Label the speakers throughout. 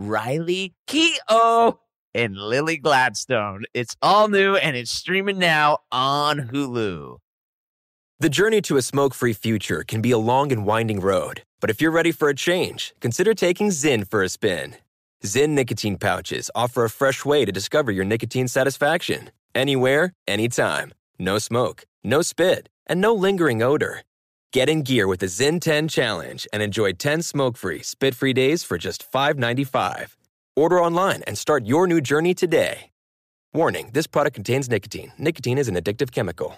Speaker 1: Riley Keough and Lily Gladstone. It's all new and it's streaming now on Hulu.
Speaker 2: The journey to a smoke free future can be a long and winding road, but if you're ready for a change, consider taking Zinn for a spin. Zinn nicotine pouches offer a fresh way to discover your nicotine satisfaction anywhere, anytime. No smoke, no spit, and no lingering odor. Get in gear with the Zen 10 Challenge and enjoy 10 smoke free, spit free days for just $5.95. Order online and start your new journey today. Warning this product contains nicotine. Nicotine is an addictive chemical.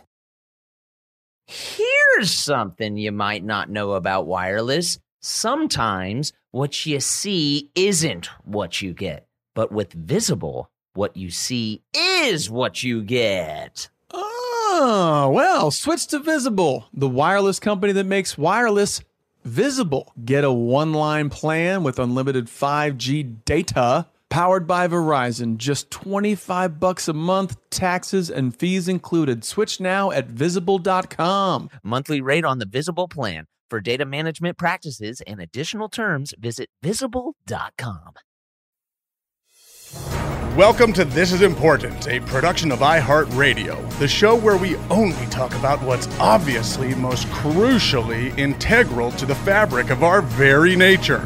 Speaker 1: Here's something you might not know about wireless. Sometimes what you see isn't what you get, but with visible, what you see is what you get.
Speaker 3: Oh, well, switch to Visible, the wireless company that makes wireless visible. Get a one line plan with unlimited 5G data powered by Verizon. Just 25 bucks a month, taxes and fees included. Switch now at visible.com.
Speaker 1: Monthly rate on the Visible plan. For data management practices and additional terms, visit visible.com.
Speaker 4: Welcome to This Is Important, a production of iHeartRadio, the show where we only talk about what's obviously most crucially integral to the fabric of our very nature.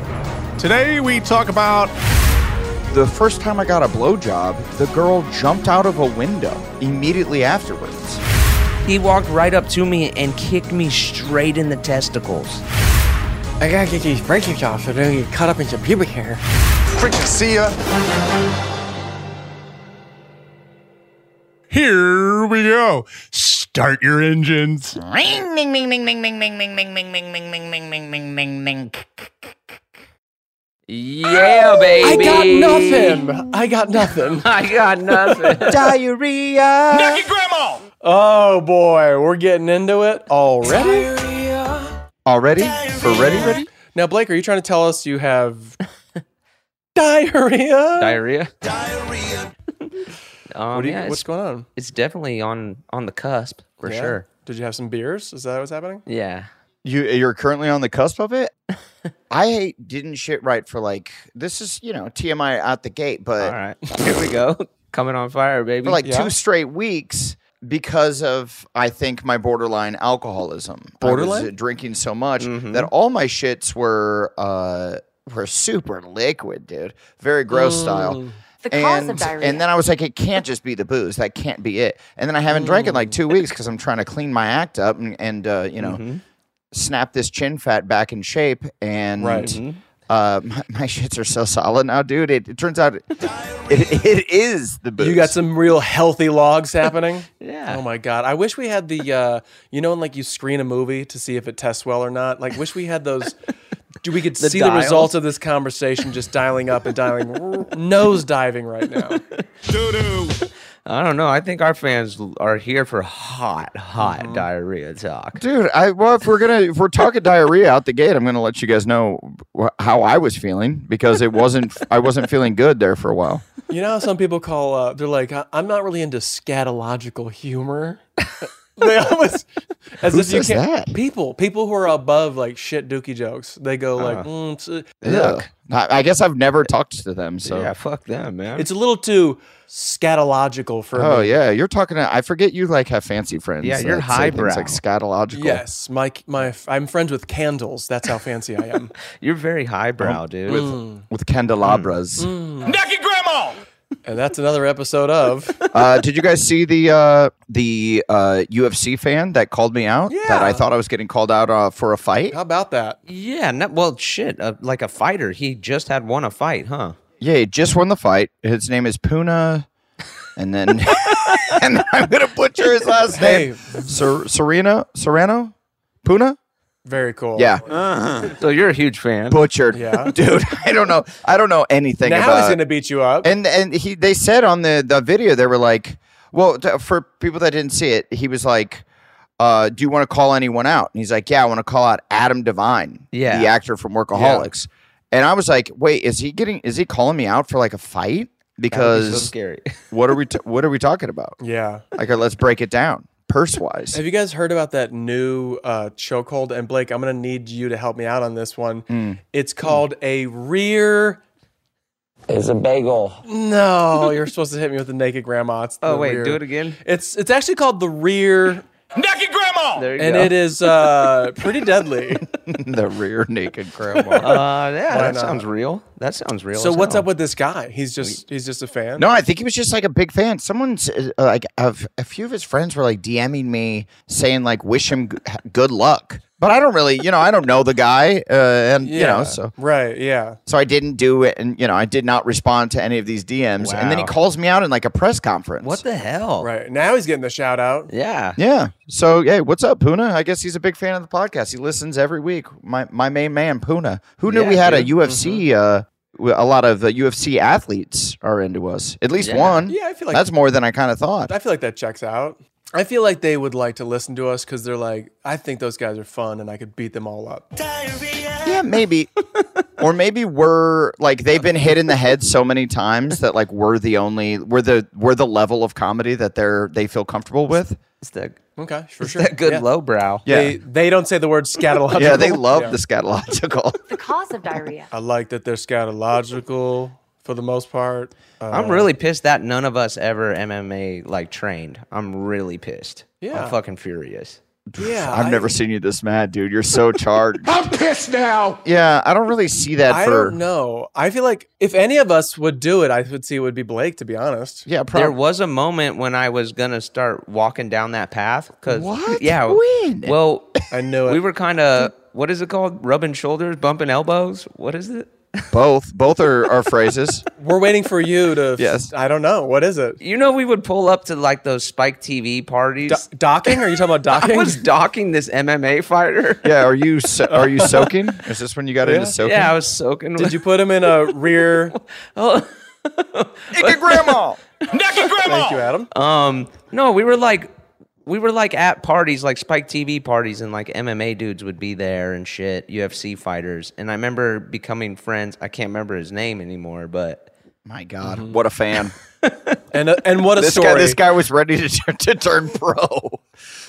Speaker 4: Today we talk about.
Speaker 5: The first time I got a blowjob, the girl jumped out of a window immediately afterwards.
Speaker 1: He walked right up to me and kicked me straight in the testicles.
Speaker 6: I gotta get these braces off so they don't get caught up in some pubic hair.
Speaker 5: Freaking see ya.
Speaker 4: Here we go. Start your engines.
Speaker 7: Ring, ding, ding, ding, ding, ding, ding, ding, ding, ding, ding, ding, ding, ding, ding, ding, ding, ding.
Speaker 1: Yeah,
Speaker 3: I
Speaker 1: baby.
Speaker 3: got nothing. I got nothing.
Speaker 1: I got nothing.
Speaker 3: Diarrhea.
Speaker 4: Grandma!
Speaker 3: Oh, boy. We're getting into it already.
Speaker 5: Already? For ready, ready?
Speaker 3: Now, Blake, are you trying to tell us you have diarrhea?
Speaker 8: diarrhea. Diarrhea. um,
Speaker 3: What do you-
Speaker 8: yeah,
Speaker 3: what's
Speaker 8: it's,
Speaker 3: going on?
Speaker 8: it's definitely on on the cusp for
Speaker 3: Yeah?
Speaker 8: sure.
Speaker 3: Did you have some beers? Is that what's happening?
Speaker 8: Yeah,
Speaker 5: You you're currently on the cusp of it? I hate didn't shit right for like this is, you know, TMI out the gate, but
Speaker 8: all right. Here we go. Coming on fire, baby.
Speaker 5: for like
Speaker 3: Yeah.
Speaker 5: two straight weeks because of I think my borderline alcoholism. I was,
Speaker 3: Borderline? Mm-hmm.
Speaker 5: uh, drinking so much
Speaker 8: Mhm.
Speaker 5: that all my shits were uh were super liquid, dude. Very gross
Speaker 3: Mm.
Speaker 5: style.
Speaker 9: The cause
Speaker 5: And,
Speaker 9: of diarrhea.
Speaker 5: and then I was like, it can't just be the booze. That can't be it. And then I haven't drank in like two weeks
Speaker 3: Mm.
Speaker 5: because I'm trying to clean my act up and, and uh, you know,
Speaker 3: Mm-hmm.
Speaker 5: snap this chin fat back in shape. And
Speaker 3: Right.
Speaker 5: uh, my, my shits are so solid now, dude. It, it turns out it, it, it is the booze.
Speaker 3: You got some real healthy logs happening.
Speaker 8: Yeah.
Speaker 3: Oh my god. I wish we had the uh you know when like you screen a movie to see if it tests well or not. Like wish we had those do we could see the
Speaker 8: dials?
Speaker 3: results of this conversation just dialing up and dialing nose diving right now.
Speaker 8: I don't know. I think our fans l- are here for hot, hot diarrhea talk.
Speaker 5: Dude, I well, if we're gonna if we're talking diarrhea out the gate, I'm gonna let you guys know wh- how I was feeling because it wasn't I wasn't feeling good there for a while.
Speaker 3: You know how some people call uh they're like "I- I'm not really into scatological humor. they always as
Speaker 5: Who
Speaker 3: if you
Speaker 5: says
Speaker 3: can't
Speaker 5: that?
Speaker 3: people people who are above like shit dookie jokes. They go like
Speaker 8: Uh-huh.
Speaker 3: mm, it's, uh,
Speaker 5: Ugh. I, I guess I've never talked to them. So
Speaker 8: yeah, fuck them, man.
Speaker 3: it's a little too scatological for
Speaker 5: oh
Speaker 3: me.
Speaker 5: yeah, you're talking. To, I forget you like have fancy friends.
Speaker 8: Yeah, you're
Speaker 5: that say things
Speaker 8: highbrow.
Speaker 5: like scatological.
Speaker 3: Yes, my my I'm friends with candles. That's how fancy I am.
Speaker 8: You're very highbrow, dude.
Speaker 5: with candelabras.
Speaker 3: Mm.
Speaker 4: Nucky Grandma!
Speaker 3: And that's another episode of.
Speaker 5: Uh, did you guys see the uh, the uh, UFC fan that called me out? That I
Speaker 3: Yeah.
Speaker 5: thought I was getting called out uh, for a fight.
Speaker 3: How about that?
Speaker 8: Yeah, no, well, shit, uh, like a fighter. He just had won a fight, huh?
Speaker 5: Yeah, he just won the fight. His name is Puna, and then and I'm gonna butcher his last
Speaker 3: Hey.
Speaker 5: name. Ser- Serena Serrano, Puna.
Speaker 3: Very cool.
Speaker 5: Yeah,
Speaker 8: So you're a huge fan.
Speaker 5: butchered.
Speaker 3: Yeah.
Speaker 5: dude. I don't know. I don't know anything
Speaker 3: Now
Speaker 5: about.
Speaker 3: he's going to beat you up.
Speaker 5: and and he they said on the the video they were like, well, t- for people that didn't see it, he was like. Uh, do you want to call anyone out? And he's like, Yeah, I want to call out Adam Devine,
Speaker 8: Yeah.
Speaker 5: the actor from Workaholics. And I was like, Wait, is he getting? Is he calling me out for like a fight?
Speaker 8: That'd be so
Speaker 5: Because
Speaker 8: scary.
Speaker 5: what are we? T- what are we talking about?
Speaker 3: yeah.
Speaker 5: Like, uh, let's break it down, purse wise.
Speaker 3: Have you guys heard about that new uh, chokehold? And Blake, I'm going to need you to help me out on this one.
Speaker 8: Hmm.
Speaker 3: It's called a rear.
Speaker 1: It's a bagel.
Speaker 3: No, you're supposed to hit me with the naked grandma. It's
Speaker 8: Oh
Speaker 3: the
Speaker 8: wait,
Speaker 3: rear.
Speaker 8: do it again.
Speaker 3: It's it's actually called the rear,
Speaker 8: There you
Speaker 3: and
Speaker 8: go.
Speaker 3: it is uh, pretty deadly.
Speaker 5: the rear naked grandma.
Speaker 8: uh, yeah, that
Speaker 3: not?
Speaker 8: sounds real. That sounds real.
Speaker 3: so
Speaker 8: as
Speaker 3: what's
Speaker 8: hell.
Speaker 3: up with this guy? He's just he's just a fan.
Speaker 5: No, I think he was just like a big fan. Someone's uh, like a, a few of his friends were like DMing me saying like wish him g- good luck. But I don't really, you know, I don't know the guy, uh, and you know, so
Speaker 3: right, yeah.
Speaker 5: so I didn't do it, and you know, I did not respond to any of these DMs. And then he
Speaker 8: Wow.
Speaker 5: calls me out in like a press conference.
Speaker 8: What the hell?
Speaker 3: Right. Now he's getting the shout out.
Speaker 8: Yeah.
Speaker 5: Yeah. So hey, what's up, Puna? I guess he's a big fan of the podcast. He listens every week. My my main man, Puna. Who knew
Speaker 8: Yeah,
Speaker 5: we had
Speaker 8: dude. Mm-hmm.
Speaker 5: a UFC? Uh, w- a lot of uh, UFC athletes are into us. At least
Speaker 8: Yeah.
Speaker 5: one.
Speaker 3: Yeah, I feel like-
Speaker 5: that's more than I kind of thought.
Speaker 3: I feel like that checks out. I feel like they would like to listen to us because they're like, I think those guys are fun and I could beat them all up.
Speaker 5: Yeah, maybe. or maybe we're like they've been hit in the head so many times that like we're the only we're the we're the level of comedy that they're they feel comfortable with.
Speaker 8: It's that,
Speaker 3: Okay, for sure.
Speaker 8: that good
Speaker 3: yeah.
Speaker 8: lowbrow.
Speaker 5: Yeah.
Speaker 3: They, they don't say the word scatological.
Speaker 5: yeah, they love
Speaker 3: Yeah.
Speaker 5: the scatological.
Speaker 10: The cause of diarrhea.
Speaker 3: I like that they're scatological for the most part. Uh,
Speaker 8: I'm really pissed that none of us ever MMA like trained. I'm really pissed.
Speaker 3: Yeah.
Speaker 8: I'm fucking furious.
Speaker 3: yeah,
Speaker 5: I've
Speaker 3: I-
Speaker 5: never seen you this mad, dude. You're so charged.
Speaker 4: I'm pissed now.
Speaker 5: yeah, I don't really see that
Speaker 3: I
Speaker 5: for
Speaker 3: don't know. I feel like if any of us would do it, I would see it would be Blake. To be honest,
Speaker 5: Yeah,
Speaker 8: There
Speaker 5: probably.
Speaker 8: was a moment when I was gonna start walking down that path. Cause
Speaker 5: What?
Speaker 8: Yeah.
Speaker 5: When?
Speaker 8: Well,
Speaker 3: I knew it.
Speaker 8: we were kind of what is it called? Rubbing shoulders, bumping elbows. What is it?
Speaker 5: Both both are, are phrases.
Speaker 3: We're waiting for you to.
Speaker 5: Yes.
Speaker 3: I don't know. What is it?
Speaker 8: You know, we would pull up to like those Spike TV parties.
Speaker 3: Do- docking? Are you talking about
Speaker 8: I
Speaker 3: docking?
Speaker 8: was docking this MMA fighter.
Speaker 5: Yeah, are you so, are you soaking? Is this when you got into soaking?
Speaker 8: Yeah, I was soaking.
Speaker 3: Did you put him in a rear?
Speaker 5: Oh. Naked grandma.
Speaker 3: Thank you, Adam.
Speaker 8: No, we were like we were like at parties, like Spike TV parties, and like MMA dudes would be there and shit, UFC fighters. And I remember becoming friends. I can't remember his name anymore, but
Speaker 5: My God, what a fan.
Speaker 3: and uh, and what a
Speaker 5: this
Speaker 3: story.
Speaker 5: guy this guy was ready to, turn- to turn pro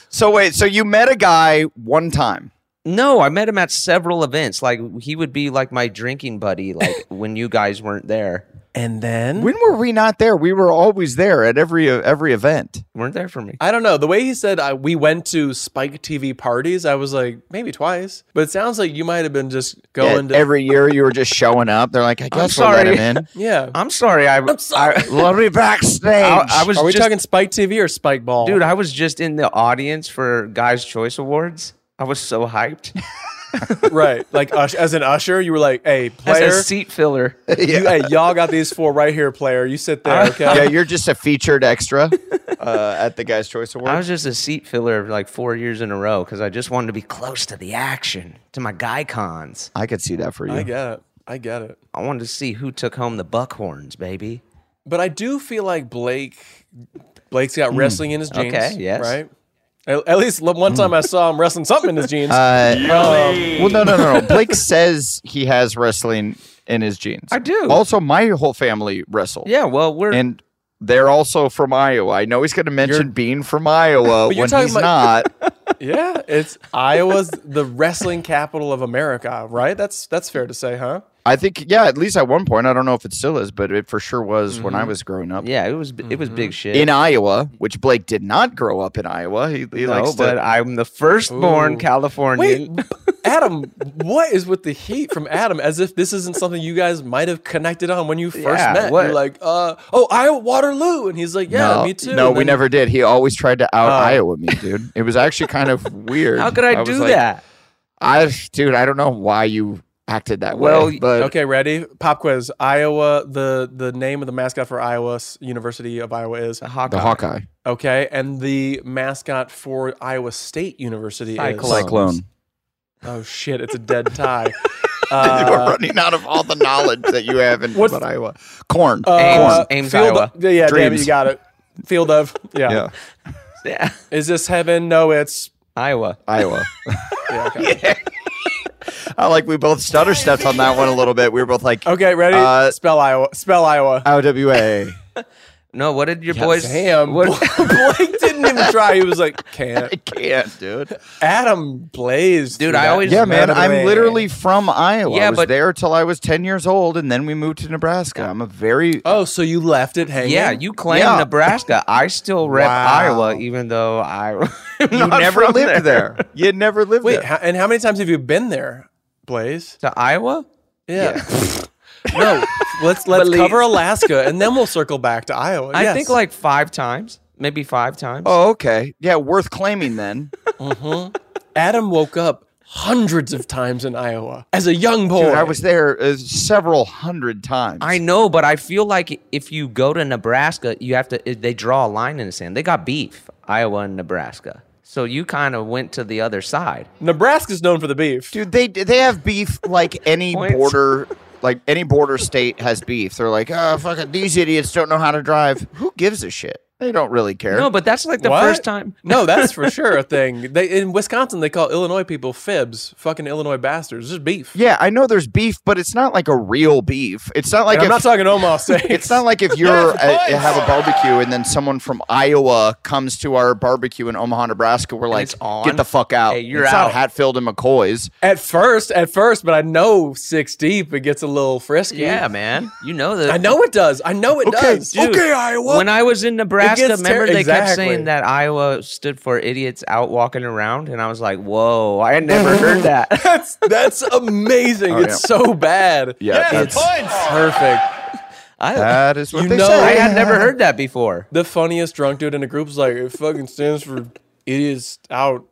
Speaker 5: so wait so you met a guy one time
Speaker 8: no, I met him at several events. Like he would be like my drinking buddy, like when you guys weren't there.
Speaker 3: And then
Speaker 5: when were we not there we were always there at every every event
Speaker 8: Weren't there for me.
Speaker 3: I don't know. The way he said I, we went to Spike TV parties, I was like maybe twice. But it sounds like you might have been just going
Speaker 5: And
Speaker 3: to
Speaker 5: every year you were just showing up they're like i guess we'll let
Speaker 8: sorry.
Speaker 5: him in
Speaker 3: yeah.
Speaker 8: I'm sorry. I, I'm sorry.
Speaker 5: let me backstage
Speaker 8: I, I was
Speaker 3: Are we
Speaker 8: just,
Speaker 3: talking Spike TV or Spike Ball?
Speaker 8: dude. I was just in the audience for Guys Choice Awards. I was so hyped.
Speaker 3: right. Like Ush, as an usher, you were like, "Hey,
Speaker 8: As
Speaker 3: player,
Speaker 8: a seat filler.
Speaker 3: you, hey, y'all got these four right here, player. You sit
Speaker 8: Uh,
Speaker 3: there, okay?"
Speaker 5: yeah you're just a featured extra uh, at the guy's choice award
Speaker 8: I was just a seat filler of like four years in a row because I just wanted to be close to the action, to my guy cons.
Speaker 5: i could see that for you
Speaker 3: I get it. I get it.
Speaker 8: I wanted to see who took home the buckhorns, baby.
Speaker 3: But I do feel like Blake, Blake's got wrestling in his jeans.
Speaker 8: Mm. Okay, yes. Mm.
Speaker 3: Right. At, at least one time I saw him wrestling something in his jeans.
Speaker 5: uh, well no no no no blake says he has wrestling in his jeans
Speaker 8: I do.
Speaker 5: also my whole family wrestled
Speaker 8: Yeah, well, we're
Speaker 5: and they're also from Iowa. I know he's going to mention
Speaker 3: You're-
Speaker 5: being from Iowa
Speaker 3: But you're
Speaker 5: when
Speaker 3: talking
Speaker 5: he's
Speaker 3: about-
Speaker 5: not.
Speaker 3: Yeah, it's Iowa's the wrestling capital of America, right? That's that's fair to say, huh?
Speaker 5: I think, yeah, at least at one point. I don't know if it still is, but it for sure was when I was growing up
Speaker 8: yeah, it was it was
Speaker 3: Mm-hmm.
Speaker 8: big shit.
Speaker 5: in Iowa, which Blake did not grow up in Iowa. He, he
Speaker 8: no,
Speaker 5: likes
Speaker 8: but
Speaker 5: to.
Speaker 8: I'm the firstborn
Speaker 3: Ooh.
Speaker 8: Californian.
Speaker 3: Wait, b- Adam, what is with the heat from Adam? As if this isn't something you guys might have connected on when you first
Speaker 8: Yeah,
Speaker 3: met.
Speaker 8: what-
Speaker 3: You're like, uh, oh, Iowa Waterloo, and he's like, yeah,
Speaker 5: no,
Speaker 3: me too.
Speaker 5: No,
Speaker 3: And
Speaker 5: we
Speaker 3: then-
Speaker 5: never did. He always tried to out
Speaker 3: Oh.
Speaker 5: Iowa me, dude. It was actually kind of weird.
Speaker 8: How could I,
Speaker 5: was
Speaker 8: do
Speaker 5: like,
Speaker 8: that?
Speaker 5: I, dude, I don't know why you acted that
Speaker 8: Well,
Speaker 5: way. But
Speaker 3: Okay, ready? Pop quiz. Iowa. The the name of the mascot for Iowa S- University of Iowa is
Speaker 5: the Hawkeye,
Speaker 3: okay, and the mascot for Iowa State University
Speaker 8: Cyclones.
Speaker 3: is
Speaker 5: Cyclone.
Speaker 3: Oh shit! It's a dead tie.
Speaker 5: you are
Speaker 3: Uh,
Speaker 5: running out of all the knowledge that you have in
Speaker 3: What's-
Speaker 5: about Iowa. Corn.
Speaker 3: uh,
Speaker 8: Ames,
Speaker 3: field
Speaker 8: Iowa.
Speaker 3: yeah, yeah, damn it,
Speaker 5: Dreams.
Speaker 3: you got it. Field of yeah.
Speaker 5: yeah,
Speaker 8: Yeah,
Speaker 3: Is this heaven? No, it's
Speaker 8: Iowa.
Speaker 5: Iowa.
Speaker 3: yeah, okay.
Speaker 5: I like we both stutter stepped on that one a little bit. We were both like
Speaker 3: okay. Ready?
Speaker 5: Uh,
Speaker 3: spell Iowa. Spell Iowa.
Speaker 5: OWA.
Speaker 8: No, what did your boys?
Speaker 3: Damn,
Speaker 8: What,
Speaker 3: Blake didn't even try. He was like, "Can't."
Speaker 5: I can't, dude.
Speaker 3: Adam Blaze,
Speaker 8: Dude,
Speaker 3: threw
Speaker 8: I
Speaker 3: that.
Speaker 8: always-
Speaker 5: Yeah, man.
Speaker 3: Another way.
Speaker 5: I'm literally from Iowa.
Speaker 8: Yeah,
Speaker 5: I was
Speaker 8: but-
Speaker 5: there till I was 10 years old, and then we moved to Nebraska. I'm a very
Speaker 3: Oh, so you left it hanging?
Speaker 8: yeah, you claim
Speaker 5: Yeah.
Speaker 8: Nebraska. I still rep
Speaker 3: Wow.
Speaker 8: Iowa, even though I you
Speaker 5: you never lived there. You never lived
Speaker 3: Wait,
Speaker 5: there.
Speaker 3: ho- and how many times have you been there, Blaze?
Speaker 8: to Iowa.
Speaker 3: Yeah. no, let's let's cover Alaska and then we'll circle back to Iowa.
Speaker 8: I
Speaker 3: Yes.
Speaker 8: think like five times, maybe five times.
Speaker 5: Oh, okay. Yeah, worth claiming then.
Speaker 3: Adam woke up hundreds of times in Iowa as a young boy.
Speaker 5: Dude, I was there uh, several hundred times.
Speaker 8: I know, but I feel like if you go to Nebraska, you have to. eh, They draw a line in the sand. They got beef, Iowa and Nebraska. So you kind of went to the other side.
Speaker 3: Nebraska's known for the beef.
Speaker 5: Dude, they they have beef like any
Speaker 8: Points.
Speaker 5: border, like any border state has beef. They're like, oh fucking these idiots don't know how to drive. Who gives a shit? They don't really care.
Speaker 8: No, but that's like the
Speaker 3: What?
Speaker 8: first time.
Speaker 3: No, that's for sure a thing. They in Wisconsin they call Illinois people fibs, fucking Illinois bastards. It's just beef.
Speaker 5: yeah, I know there's beef, but it's not like a real beef. It's not like
Speaker 3: And I'm
Speaker 5: if,
Speaker 3: not talking Omaha State.
Speaker 5: it's not like if you're uh have a barbecue and then someone from Iowa comes to our barbecue in Omaha, Nebraska. We're like,
Speaker 8: it's on?
Speaker 5: get the fuck out.
Speaker 8: Hey, you're
Speaker 5: it's
Speaker 8: out.
Speaker 5: not Hatfield and McCoy's.
Speaker 3: at first, at first, but I know six deep it gets a little frisky.
Speaker 8: Yeah, man. You know that.
Speaker 3: I know it does. I know it does. dude.
Speaker 5: Iowa.
Speaker 8: When I was in Nebraska,
Speaker 3: gets ter-
Speaker 8: remember they kept
Speaker 3: Exactly.
Speaker 8: saying that Iowa stood for idiots out walking around, and I was like, "Whoa, I had never heard that."
Speaker 3: That's that's amazing.
Speaker 5: Oh,
Speaker 3: it's
Speaker 5: yeah.
Speaker 3: so bad.
Speaker 5: Yeah, Yes,
Speaker 3: it's
Speaker 5: that's-
Speaker 3: perfect.
Speaker 8: I,
Speaker 5: that is what
Speaker 3: You
Speaker 5: they
Speaker 3: know-
Speaker 5: say.
Speaker 8: I had never heard that before.
Speaker 3: The funniest drunk dude in the group's like, it fucking stands for idiots out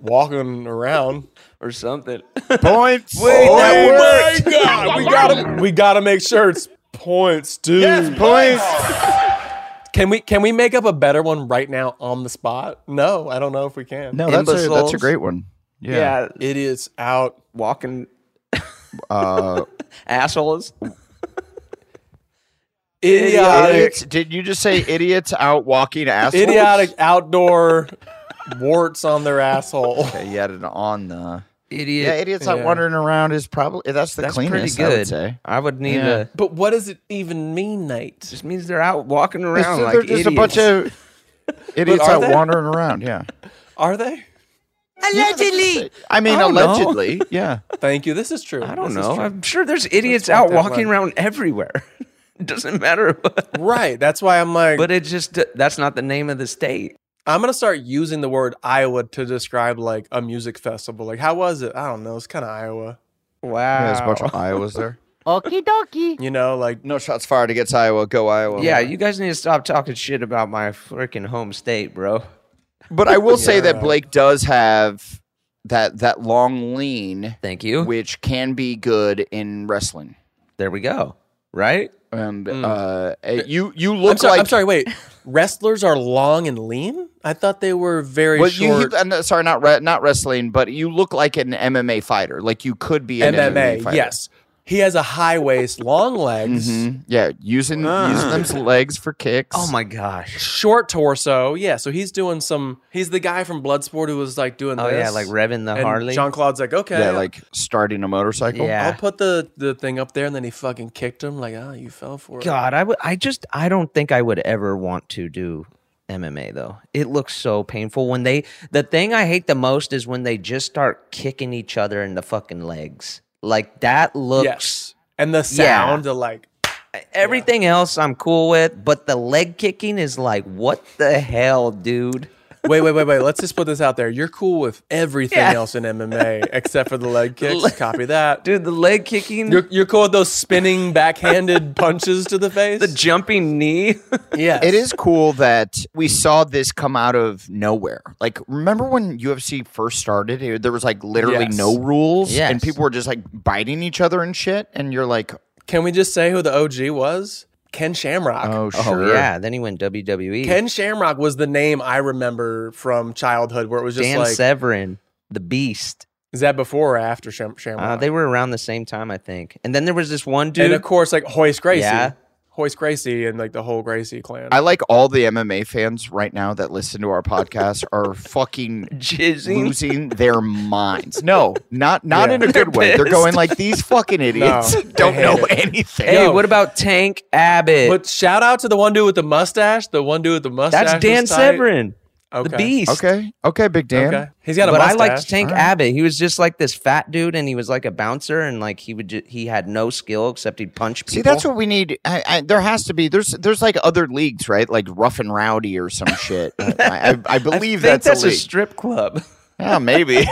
Speaker 3: walking around or something.
Speaker 5: points.
Speaker 3: Wait, that worked. we gotta we gotta make sure it's points, dude.
Speaker 5: points.
Speaker 3: Can we can we make up a better one right now on the spot? No, I don't know if we can.
Speaker 5: No, that's a, that's
Speaker 8: Imbeciles.
Speaker 5: a great one. Yeah.
Speaker 3: Idiots out
Speaker 8: walking
Speaker 5: Uh,
Speaker 8: assholes.
Speaker 3: idiotic
Speaker 5: idiots. Did you just say idiots out walking assholes?
Speaker 3: idiotic outdoor warts on their asshole.
Speaker 5: Okay, you added an on the.
Speaker 8: Idiot.
Speaker 5: Yeah, idiots out
Speaker 3: yeah.
Speaker 5: wandering around is probably eh, that's the
Speaker 8: That's
Speaker 5: cleanest.
Speaker 8: pretty
Speaker 5: I
Speaker 8: good.
Speaker 5: would say.
Speaker 8: I would need
Speaker 5: Yeah.
Speaker 8: a.
Speaker 3: But what does it even mean, Nate?
Speaker 8: Just means they're out walking around
Speaker 5: They're
Speaker 8: like
Speaker 5: just a bunch
Speaker 8: idiots.
Speaker 5: of idiots
Speaker 3: are
Speaker 5: out
Speaker 3: they?
Speaker 5: wandering around. Yeah.
Speaker 3: Are they?
Speaker 8: allegedly.
Speaker 5: I mean,
Speaker 8: don't know.
Speaker 5: allegedly. Yeah.
Speaker 3: Thank you. This is true.
Speaker 8: I don't
Speaker 3: This is
Speaker 8: know.
Speaker 3: true.
Speaker 8: I'm sure there's idiots
Speaker 3: fuck
Speaker 8: out
Speaker 3: that
Speaker 8: walking
Speaker 3: one.
Speaker 8: around everywhere. Doesn't matter. What.
Speaker 3: Right. That's why I'm like,
Speaker 8: But it just that's not the name of the state.
Speaker 3: I'm going to start using the word Iowa to describe like a music festival. Like, how was it? I don't know. It's kind of Iowa.
Speaker 8: Wow.
Speaker 5: yeah there's a bunch of Iowas there.
Speaker 3: You know, like,
Speaker 5: No shots fired against Iowa. Go Iowa.
Speaker 8: Yeah, you guys need to stop talking shit about my freaking home state, bro.
Speaker 5: But I will say that Blake does have that that long lean,
Speaker 8: Thank you.
Speaker 5: which can be good in wrestling.
Speaker 8: there we go. Right?
Speaker 5: and uh, eh, you you
Speaker 3: I'm
Speaker 5: look
Speaker 3: sorry.
Speaker 5: like
Speaker 3: I'm sorry. Wait. Wrestlers are long and lean? I thought they were very
Speaker 5: Well, you,
Speaker 3: short.
Speaker 5: you, I'm not- sorry, not re- not wrestling, but you look like an MMA fighter. Like you could be an MMA.
Speaker 3: MMA.
Speaker 5: fighter.
Speaker 3: Yes. He has a high waist,
Speaker 8: Mm-hmm.
Speaker 3: long legs,
Speaker 5: Mhm. Yeah, using using them's legs for kicks.
Speaker 8: Oh my gosh.
Speaker 3: short torso. Yeah. So he's doing some. He's the guy from Bloodsport who was like doing
Speaker 8: Oh
Speaker 3: this.
Speaker 8: yeah, like revving the Harley.
Speaker 3: John Claude's like, okay,
Speaker 5: Yeah, like starting a motorcycle.
Speaker 8: Yeah.
Speaker 3: I'll put the the thing up there, and then he fucking kicked him. Like, oh, you fell for it.
Speaker 8: God, I would. I just. I don't think I would ever want to do MMA though. It looks so painful when they. The thing I hate the most is when they just start kicking each other in the fucking legs. Like that looks.
Speaker 3: Yes, and the sound, the like,
Speaker 8: Everything else I'm cool with, but the leg kicking is like, what the hell, dude?
Speaker 3: wait, wait, wait, wait. Let's just put this out there. You're cool with everything
Speaker 8: Yeah.
Speaker 3: else in MMA except for the leg kicks. Copy that.
Speaker 8: Dude, the leg kicking,
Speaker 3: You're, you're cool with those spinning backhanded punches to the face.
Speaker 8: the jumping knee.
Speaker 3: yeah,
Speaker 5: It is cool that we saw this come out of nowhere. Like, remember when UFC first started? It- There was like literally
Speaker 3: Yes.
Speaker 5: no rules, and
Speaker 1: Yes.
Speaker 5: people were just like biting each other and shit. And you're like,
Speaker 3: Can we just say who the OG was? Ken Shamrock.
Speaker 5: oh, sure.
Speaker 8: yeah, then he went E. WWE.
Speaker 3: Ken Shamrock was the name I remember from childhood, where it was just
Speaker 8: Dan
Speaker 3: like,
Speaker 8: Severin, the Beast.
Speaker 3: is that before or after Sham- Shamrock?
Speaker 8: Uh, they were around the same time, I think. And then there was this one dude.
Speaker 3: and of course, like Hoist Gracie,
Speaker 8: Yeah.
Speaker 3: Hoist Gracie, and like the whole Gracie clan.
Speaker 5: I like all the MMA fans right now that listen to our podcast are fucking
Speaker 8: jizzing.
Speaker 5: losing their minds. No, not not
Speaker 3: Yeah.
Speaker 5: in a good way. They're going like these fucking idiots
Speaker 3: they
Speaker 5: don't
Speaker 3: hate
Speaker 5: know
Speaker 3: it.
Speaker 5: anything.
Speaker 8: Hey,
Speaker 3: Yo.
Speaker 8: what about Tank Abbott?
Speaker 3: but shout out to the one dude with the mustache, the one dude with the mustache.
Speaker 8: That's Dan
Speaker 3: was tight.
Speaker 8: Severin,
Speaker 3: Okay.
Speaker 8: the Beast.
Speaker 5: Okay, okay, Big Dan.
Speaker 3: Okay. He's got a
Speaker 8: but I
Speaker 3: mustache.
Speaker 8: liked Tank
Speaker 5: All right.
Speaker 8: Abbott. He was just like this fat dude, and he was like a bouncer, and like he would ju- he had no skill except he'd punch people.
Speaker 5: See, that's what we need. I, I, there has to be. There's there's like other leagues, right? Like Rough and Rowdy or some shit. I, I, I
Speaker 8: I
Speaker 5: believe
Speaker 8: think
Speaker 5: that's,
Speaker 8: that's
Speaker 5: a
Speaker 8: a
Speaker 5: league.
Speaker 8: strip club.
Speaker 5: yeah, maybe. hey,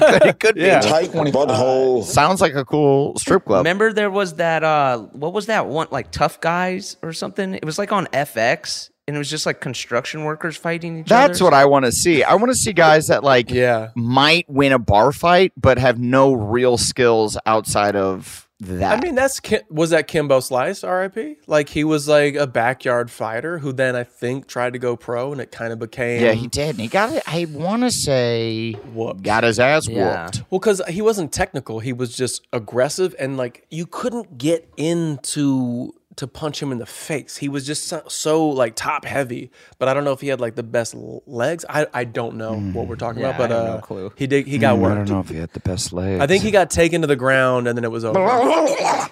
Speaker 5: it could
Speaker 3: Yeah.
Speaker 5: be.
Speaker 10: Tight butthole.
Speaker 5: Sounds like a cool strip club.
Speaker 8: Remember there was that uh what was that one like tough guys or something? It was like on FX and it was just like construction workers fighting each other.
Speaker 5: that's what I want to see. I want to see guys that like
Speaker 3: Yeah.
Speaker 5: might win a bar fight, but have no real skills outside of that.
Speaker 3: I mean, that's Kim- was that Kimbo Slice, R.I.P. Like he was like a backyard fighter who then I think tried to go pro, and it kind of became
Speaker 5: yeah, he did. And he got it. I want to say
Speaker 3: Whooped.
Speaker 5: got his ass whooped.
Speaker 8: Yeah.
Speaker 3: Well, because he wasn't technical, he was just aggressive, and like you couldn't get into to punch him in the face. He was just so, so like top heavy. But I don't know if he had like the best l- legs. I, I don't know
Speaker 5: Mm.
Speaker 3: what we're talking about, but
Speaker 8: I have
Speaker 3: uh,
Speaker 8: no clue.
Speaker 3: he did he got worked.
Speaker 5: if he had the best legs.
Speaker 3: I think he got taken to the ground, and then it was over.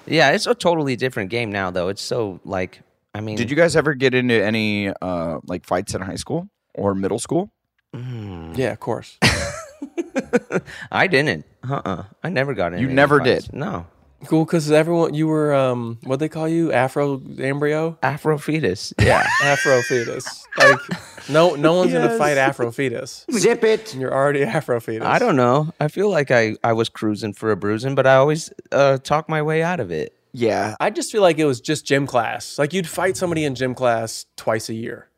Speaker 8: Yeah, it's a totally different game now though. It's so like I mean
Speaker 5: Did you guys ever get into any uh, like fights in high school or middle school?
Speaker 3: yeah, of course.
Speaker 8: I didn't. Uh uh I never got in.
Speaker 5: You never did?
Speaker 8: No.
Speaker 3: cool, because everyone you were um what they call you Afro embryo.
Speaker 8: Afro fetus. Yeah.
Speaker 3: Afro fetus. Like no no one's gonna fight Afro fetus.
Speaker 10: Zip it.
Speaker 3: You're already Afro fetus.
Speaker 8: I don't know. I feel like I, I was cruising for a bruising, but I always uh, talk my way out of it.
Speaker 5: Yeah.
Speaker 3: I just feel like it was just gym class. Like you'd fight somebody in gym class twice a year.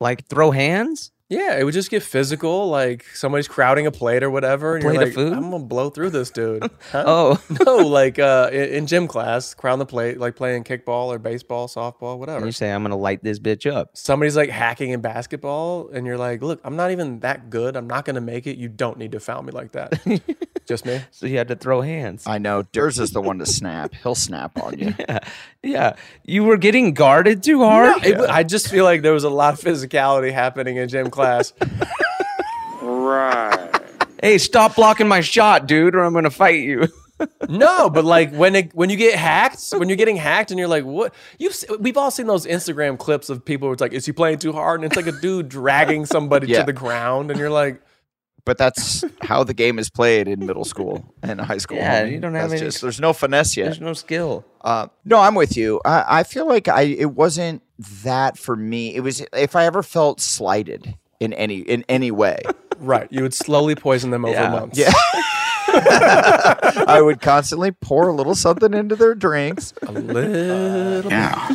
Speaker 8: Like throw hands?
Speaker 3: Yeah, it would just get physical. Like somebody's crowding a plate or whatever, and you're
Speaker 8: plate
Speaker 3: like,
Speaker 8: of food?
Speaker 3: "I'm gonna blow through this dude." Huh?
Speaker 8: Oh.
Speaker 3: no, like uh, in, in gym class, crown the plate, like playing kickball or baseball, softball,
Speaker 8: And
Speaker 3: whatever.
Speaker 8: you say I'm gonna light this bitch up.
Speaker 3: Somebody's like hacking in basketball, and you're like, "Look, I'm not even that good. I'm not gonna make it. You don't need to foul me like that." just me.
Speaker 8: So you had to throw hands.
Speaker 5: I know. Durs is the one to snap. He'll snap on you.
Speaker 8: Yeah. You were getting guarded too hard?
Speaker 3: It w- I just feel like there was a lot of physicality happening in gym class.
Speaker 8: Hey, stop blocking my shot, dude, or I'm gonna fight you.
Speaker 3: No, but like when it, when you get hacked, when you're getting hacked, and you're like, what? You've se- we've all seen those Instagram clips of people where it's like, is he playing too hard? And it's like a dude dragging somebody
Speaker 5: Yeah.
Speaker 3: to the ground, and you're like,
Speaker 5: But that's how the game is played in middle school and high school.
Speaker 8: Yeah,
Speaker 5: homie.
Speaker 8: you don't have
Speaker 5: That's
Speaker 8: any-
Speaker 5: just- there's no finesse yet.
Speaker 8: There's no skill.
Speaker 5: Uh, no, I'm with you. I, I feel like I it wasn't that for me. It was if I ever felt slighted in any in any way,
Speaker 3: right, you would slowly poison them over
Speaker 8: Yeah.
Speaker 3: months.
Speaker 5: Yeah. I would constantly pour a little something into their drinks.
Speaker 3: a uh, little.
Speaker 5: Yeah.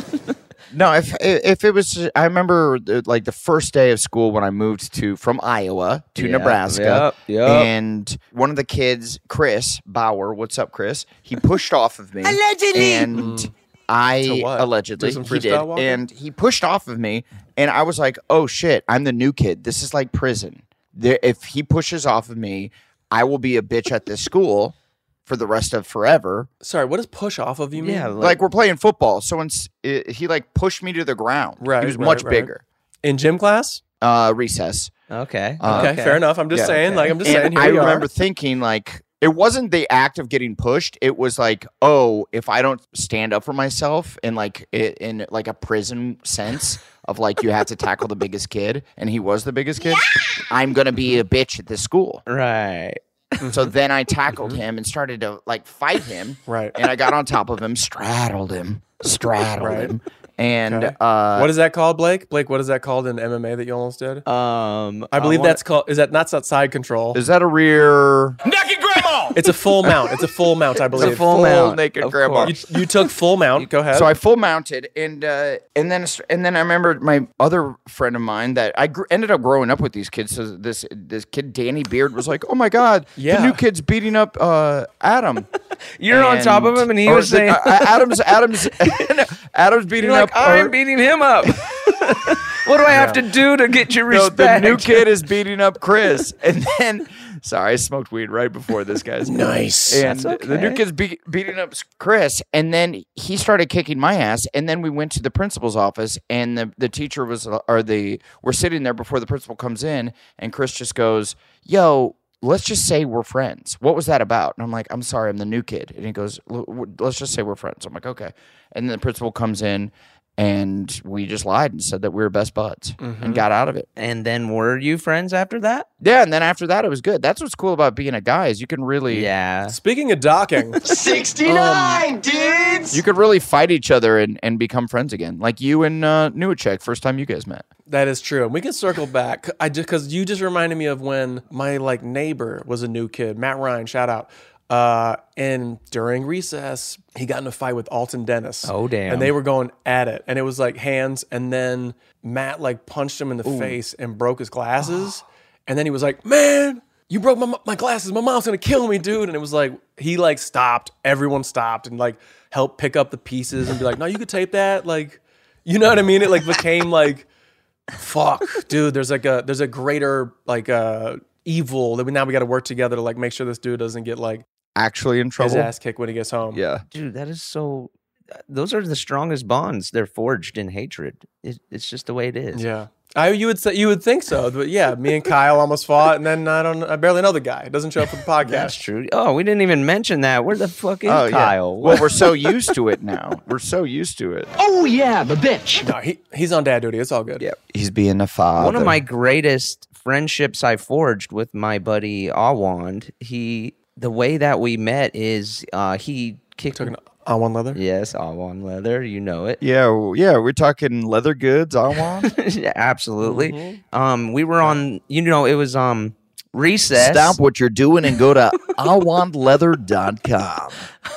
Speaker 5: no, if if it was, I remember uh, like the first day of school when I moved to from Iowa to
Speaker 8: Yeah,
Speaker 5: Nebraska,
Speaker 8: yep, yep.
Speaker 5: and one of the kids, Chris Bauer, what's up, Chris? He pushed off of me allegedly, and I
Speaker 3: To what?
Speaker 5: allegedly
Speaker 3: Do some
Speaker 5: he did,
Speaker 3: freestyle walking?
Speaker 5: and he pushed off of me, and I was like, oh shit, I'm the new kid. This is like prison. There, if he pushes off of me, I will be a bitch at this school for the rest of forever
Speaker 3: Sorry, what does push off of you mean?
Speaker 8: Yeah, like,
Speaker 5: like, we're playing football. So ins- i he like pushed me to the ground.
Speaker 3: Right,
Speaker 5: he was
Speaker 3: right,
Speaker 5: much
Speaker 3: right.
Speaker 5: bigger.
Speaker 3: in gym class.
Speaker 5: Uh, recess.
Speaker 8: okay.
Speaker 3: Okay, fair enough. I'm
Speaker 5: Uh,
Speaker 3: just
Speaker 5: Yeah,
Speaker 3: saying, like I'm just saying.
Speaker 5: And
Speaker 3: Here
Speaker 5: I
Speaker 3: we are.
Speaker 5: remember thinking like it wasn't the act of getting pushed. It was like, oh, if I don't stand up for myself in like i- in like a prison sense of like you have to tackle the biggest kid, and he was the biggest kid. I'm gonna be a bitch at this school.
Speaker 8: Right.
Speaker 3: Mm-hmm.
Speaker 5: So then I tackled him and started to like fight him.
Speaker 3: Right.
Speaker 5: And I got on top of him, straddled him, straddled
Speaker 3: Right.
Speaker 5: him, and
Speaker 3: Okay.
Speaker 5: uh,
Speaker 3: what is that called, Blake? Blake, what is that called in MMA that you almost did?
Speaker 8: Um,
Speaker 3: I believe
Speaker 5: uh,
Speaker 8: wanna-
Speaker 3: that's called. Is that not side control?
Speaker 5: is that a rear?
Speaker 3: It's a full mount. It's a full mount. I
Speaker 5: It's
Speaker 3: believe.
Speaker 5: a full,
Speaker 8: mount,
Speaker 5: naked
Speaker 8: of
Speaker 5: grandma.
Speaker 3: You, you took full mount. Go ahead.
Speaker 5: So I full mounted, and uh, and then and then I remember my other friend of mine that I gr- ended up growing up with these kids. So this this kid Danny Beard was like, "Oh my god,
Speaker 3: Yeah.
Speaker 5: the new kid's beating up uh, Adam."
Speaker 8: You're on top of him, and he
Speaker 5: or
Speaker 8: was
Speaker 5: the-
Speaker 8: saying,
Speaker 5: uh, Adam's Adam's Adam's beating
Speaker 8: "You're like,
Speaker 5: up.
Speaker 8: I'm
Speaker 5: or-
Speaker 8: beating him up. what do I have to do to get your
Speaker 5: no,
Speaker 8: respect?"
Speaker 5: the new kid is beating up Chris, and then sorry, I smoked weed right before this guy's nice. And
Speaker 8: That's
Speaker 5: the new
Speaker 8: okay.
Speaker 5: kid's be- beating up Chris, and then he started kicking my ass, and then we went to the principal's office, and the the teacher was uh, or the we're sitting there before the principal comes in, and Chris just goes, "Yo." Let's just say we're friends. What was that about? And I'm like, I'm sorry, I'm the new kid. And he goes, "L- w- Let's just say we're friends. I'm like, okay. And then the principal comes in, and we just lied and said that we were best buds,
Speaker 8: Mm-hmm.
Speaker 5: and got out of it.
Speaker 8: and then were you friends after that?
Speaker 5: Yeah, and then after that, it was good. That's what's cool about being a guy is you can really,
Speaker 8: Yeah.
Speaker 3: Speaking of docking,
Speaker 5: sixty nine
Speaker 3: um,
Speaker 5: dudes. You could really fight each other and, and become friends again, like you and uh, Newacek, first time you guys met.
Speaker 3: that is true, and we can circle back. I just because you just reminded me of when my like neighbor was a new kid, Matt Ryan. Shout out. Uh, and during recess, he got in a fight with Alton Dennis.
Speaker 8: Oh, damn.
Speaker 3: And they were going at it, and it was like hands, and then Matt like punched him in the face and broke his glasses, and then he was like, "Man, you broke my mo- my glasses. My mom's gonna kill me, dude." And it was like he like stopped. Everyone stopped and like helped pick up the pieces and be like, "No, you could tape that." Like, you know what I mean? It like became like fuck dude there's like a there's a greater like uh evil that we now we got to work together to like make sure this dude doesn't get like
Speaker 5: Actually, in trouble.
Speaker 3: his ass kicked when he gets home
Speaker 5: Yeah,
Speaker 8: Dude, that is so. Those are the strongest bonds. They're forged in hatred. It, it's just the way it is.
Speaker 3: yeah I, you would say you would think so but yeah me and kyle almost fought and then i don't i barely know the guy It doesn't show up for the
Speaker 8: That's
Speaker 3: podcast
Speaker 8: true. Oh, we didn't even mention that. Where the fuck is
Speaker 5: Oh, yeah.
Speaker 8: Kyle?
Speaker 5: Well, we're so used to it now. We're so used to it.
Speaker 3: no he, he's on dad duty it's all good
Speaker 5: Yeah, he's being a father.
Speaker 8: One of my greatest friendships I forged with my buddy Awand. He the way that we met is uh, he kicked
Speaker 3: took an on one leather
Speaker 8: yes Awand leather. You know it.
Speaker 5: Yeah, w- yeah, we're talking leather goods. I want
Speaker 8: Yeah, absolutely. Um, we were on. You know, it was um recess.
Speaker 5: stop what you're doing and go to iwantleather.com.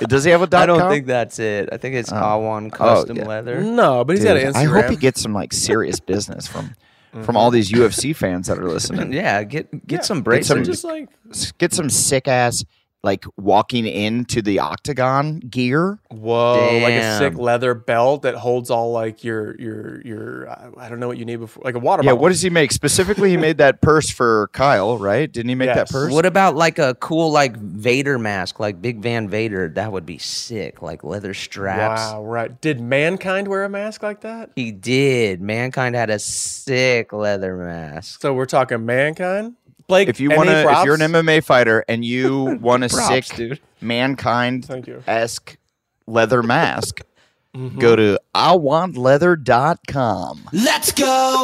Speaker 5: Does he have a dot
Speaker 8: I don't
Speaker 5: com?
Speaker 8: think that's it. I think it's Awand
Speaker 5: Oh,
Speaker 8: custom
Speaker 5: yeah.
Speaker 8: leather.
Speaker 3: no but he's got an
Speaker 5: Dude,
Speaker 3: instagram
Speaker 5: I hope he gets some like serious business from
Speaker 8: Mm-hmm.
Speaker 5: from all these UFC fans that are listening.
Speaker 8: Yeah, get get some
Speaker 5: get some-
Speaker 8: bracelets.
Speaker 3: just like
Speaker 5: S- Get some sick ass like walking into the octagon gear.
Speaker 3: whoa like a sick
Speaker 8: Damn.
Speaker 3: leather belt that holds all like your your your I- i don't know what you need before like a water
Speaker 5: Yeah,
Speaker 3: bottle
Speaker 5: what does he make? Specifically, he made that purse for Kyle, right? Didn't he make
Speaker 3: Yes.
Speaker 5: that purse?
Speaker 8: What about like a cool like Vader mask, like Big Van Vader? That would be sick. Like leather straps.
Speaker 3: Wow, right. Did mankind wear a mask like that?
Speaker 8: He did. Mankind had a sick leather mask.
Speaker 3: So we're talking mankind? Blake,
Speaker 5: if you
Speaker 3: any
Speaker 5: want to, if you're
Speaker 3: props?
Speaker 5: an MMA fighter and you want a
Speaker 8: Props,
Speaker 5: sick
Speaker 8: dude.
Speaker 5: mankind
Speaker 3: Thank you. Mm-hmm.
Speaker 5: esque leather mask, go to iwantleather.com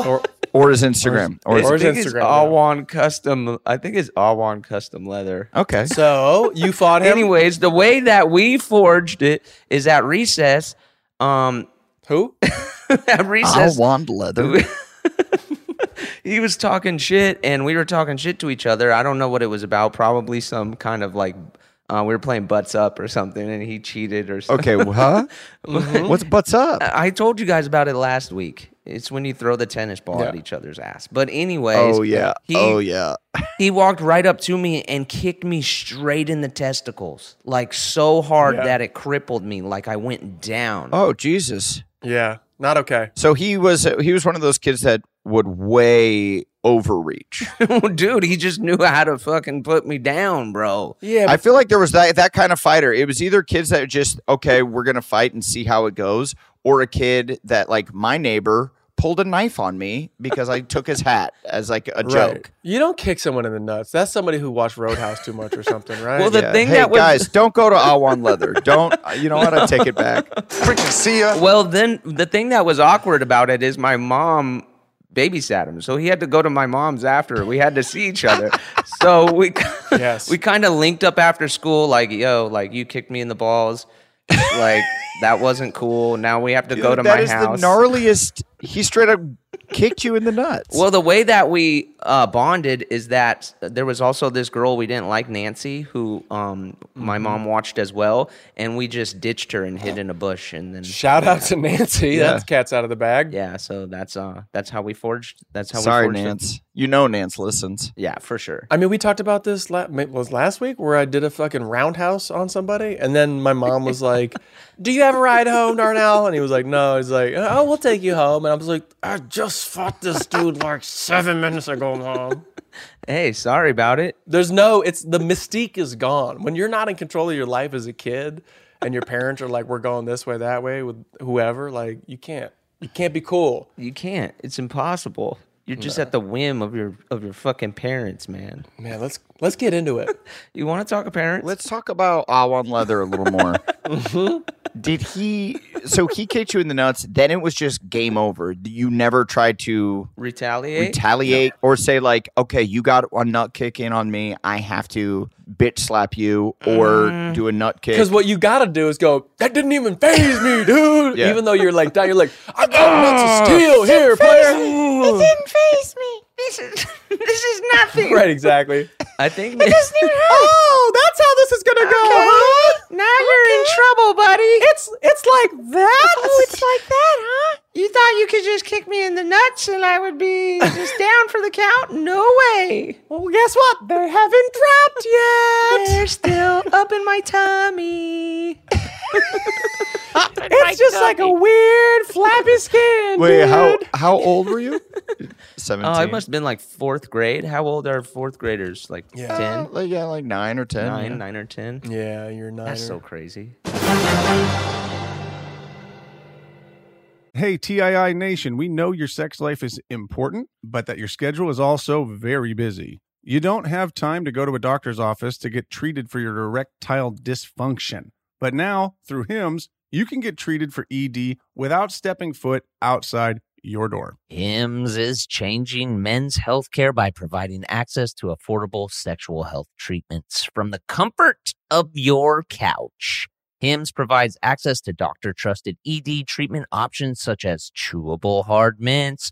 Speaker 3: Or-
Speaker 5: or his Instagram or his,
Speaker 3: Or his
Speaker 8: I think it's
Speaker 3: Instagram, yeah.
Speaker 8: Awan custom. I think it's Awan custom leather.
Speaker 5: okay.
Speaker 3: so you fought him.
Speaker 8: Anyways, the way that we forged it is at recess. Um,
Speaker 3: who?
Speaker 8: at
Speaker 5: I
Speaker 8: recess,
Speaker 5: want leather.
Speaker 8: he was talking shit and we were talking shit to each other. I don't know what it was about. Probably some kind of like uh, we were playing butts up or something, and he cheated or something.
Speaker 5: Okay, wh- huh? What's butts up?
Speaker 8: I told you guys about it last week. It's when you throw the tennis ball at
Speaker 3: Yeah.
Speaker 8: each other's ass. But anyways,
Speaker 5: Oh yeah.
Speaker 8: he
Speaker 5: oh yeah.
Speaker 8: he walked right up to me and kicked me straight in the testicles, like so hard
Speaker 3: Yeah.
Speaker 8: that it crippled me, like I went down.
Speaker 5: Oh Jesus.
Speaker 3: Yeah, not okay.
Speaker 5: So he was he was one of those kids that would way overreach.
Speaker 8: Dude, he just knew how to fucking put me down, bro.
Speaker 3: Yeah,
Speaker 5: I feel like there was that that kind of fighter. It was either kids that just okay, we're gonna fight and see how it goes, or a kid that like my neighbor pulled a knife on me because I took his hat as like a joke.
Speaker 3: You don't kick someone in the nuts. That's somebody who watched Roadhouse too much or something, right?
Speaker 8: Well, the
Speaker 5: Yeah.
Speaker 8: thing
Speaker 5: hey
Speaker 8: that was
Speaker 5: guys, don't go to Awan Leather. Don't you know what? I take it back.
Speaker 8: Well, then the thing that was awkward about it is my mom babysat him, so he had to go to my mom's after. We had to see each other, so we
Speaker 3: Yes.
Speaker 8: we kind of linked up after school, like yo, like you kicked me in the balls, like That wasn't cool. Now we have to go to
Speaker 5: That
Speaker 8: my
Speaker 5: is
Speaker 8: house.
Speaker 5: the gnarliest. He straight up kicked you in the nuts.
Speaker 8: Well, the way that we uh, bonded is that there was also this girl we didn't like, Nancy, who um, my
Speaker 5: Mm-hmm.
Speaker 8: mom watched as well, and we just ditched her and hid in a bush, and then
Speaker 3: Shout out to Nancy. That's cat's out of the bag.
Speaker 8: yeah, so that's uh, that's how we forged. That's how
Speaker 5: sorry,
Speaker 8: we forged. it.
Speaker 5: Nance. You know Nance listens.
Speaker 8: Yeah, for sure.
Speaker 3: I mean, we talked about this la- ma- was last week where I did a fucking roundhouse on somebody, and then my mom was like, "Do you have a ride home, Darnell?" And he was like, "No." He's like, "Oh, we'll take you home." And I was like, "I just fought this dude like seven minutes ago, mom."
Speaker 8: Hey, sorry about it.
Speaker 3: There's no, it's the mystique is gone. When you're not in control of your life as a kid and your parents are like, we're going this way, that way with whoever, like, you can't, you can't be cool.
Speaker 8: You can't. It's impossible. You're just at the whim of your of your fucking parents, man.
Speaker 3: Man, let's, let's get into it.
Speaker 8: You want to talk of parents?
Speaker 5: Let's talk about Awan Leather a little more.
Speaker 8: Mm-hmm.
Speaker 5: Did he? So he kicked you in the nuts. Then it was just game over. You never tried to
Speaker 8: retaliate.
Speaker 5: retaliate or say like, "Okay, you got a nut kick in on me. I have to bitch slap you or
Speaker 8: Mm.
Speaker 5: do a nut kick."
Speaker 3: Because what you gotta do is go, that didn't even phase me, dude.
Speaker 5: Yeah.
Speaker 3: Even though you're like that, you're like, I got nuts of steel here, player.
Speaker 11: didn't face me. This is this is nothing.
Speaker 3: Right, exactly.
Speaker 8: I think
Speaker 3: oh, that's how this is gonna go. huh?
Speaker 11: Now you're in trouble, buddy.
Speaker 3: It's it's like that.
Speaker 11: Oh, it's like that, huh? You thought you could just kick me in the nuts and I would be just down for the count? No way.
Speaker 3: well, guess what? They haven't dropped yet.
Speaker 11: They're still up in my tummy.
Speaker 3: It's just like a weird flappy skin.
Speaker 5: Wait, how how old were you? Seventeen.
Speaker 8: Oh, I must have been like fourth grade. How old are fourth graders? Like
Speaker 3: Yeah.
Speaker 8: 10,
Speaker 5: Like, yeah, like nine or ten.
Speaker 8: 9,
Speaker 5: yeah.
Speaker 8: 9 or 10?
Speaker 3: Yeah, you're not.
Speaker 8: That's so crazy.
Speaker 4: Hey, TII Nation, we know your sex life is important, but that your schedule is also very busy. You don't have time to go to a doctor's office to get treated for your erectile dysfunction. But now, through HIMS, you can get treated for ED without stepping foot outside your door.
Speaker 1: HIMS is changing men's healthcare by providing access to affordable sexual health treatments from the comfort of your couch. HIMS provides access to doctor trusted ED treatment options such as chewable hard mints,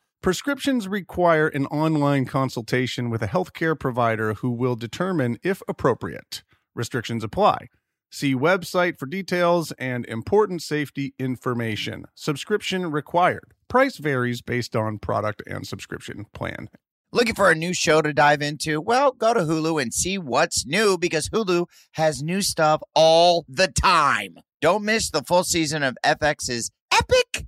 Speaker 4: Prescriptions require an online consultation with a healthcare provider who will determine if appropriate. Restrictions apply. See website for details and important safety information. Subscription required. Price varies based on product and subscription plan.
Speaker 5: Looking for a new show to dive into? Well, go to Hulu and see what's new because Hulu has new stuff all the time. Don't miss the full season of FX's epic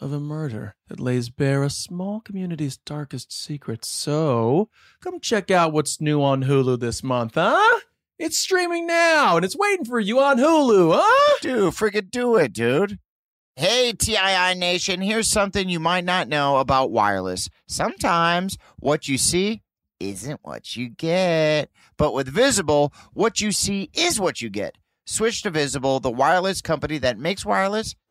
Speaker 7: of a murder that lays bare a small community's darkest secrets. So, come check out what's new on Hulu this month, huh? It's streaming now and it's waiting for you on Hulu, huh?
Speaker 5: Dude, freaking do it, dude. Hey, TII Nation, here's something you might not know about wireless. Sometimes what you see isn't what you get. But with Visible, what you see is what you get. Switch to Visible, the wireless company that makes wireless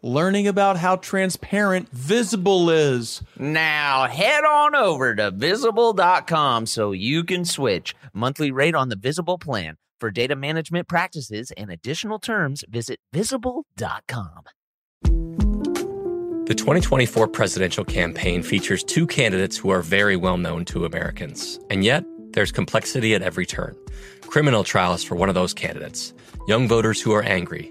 Speaker 7: learning about how transparent Visible is.
Speaker 1: Now head on over to visible.com so you can switch. Monthly rate on the visible plan. For data management practices and additional terms, visit visible.com.
Speaker 10: The 2024 presidential campaign features two candidates who are very well known to Americans. And yet, there's complexity at every turn. Criminal trials for one of those candidates, young voters who are angry.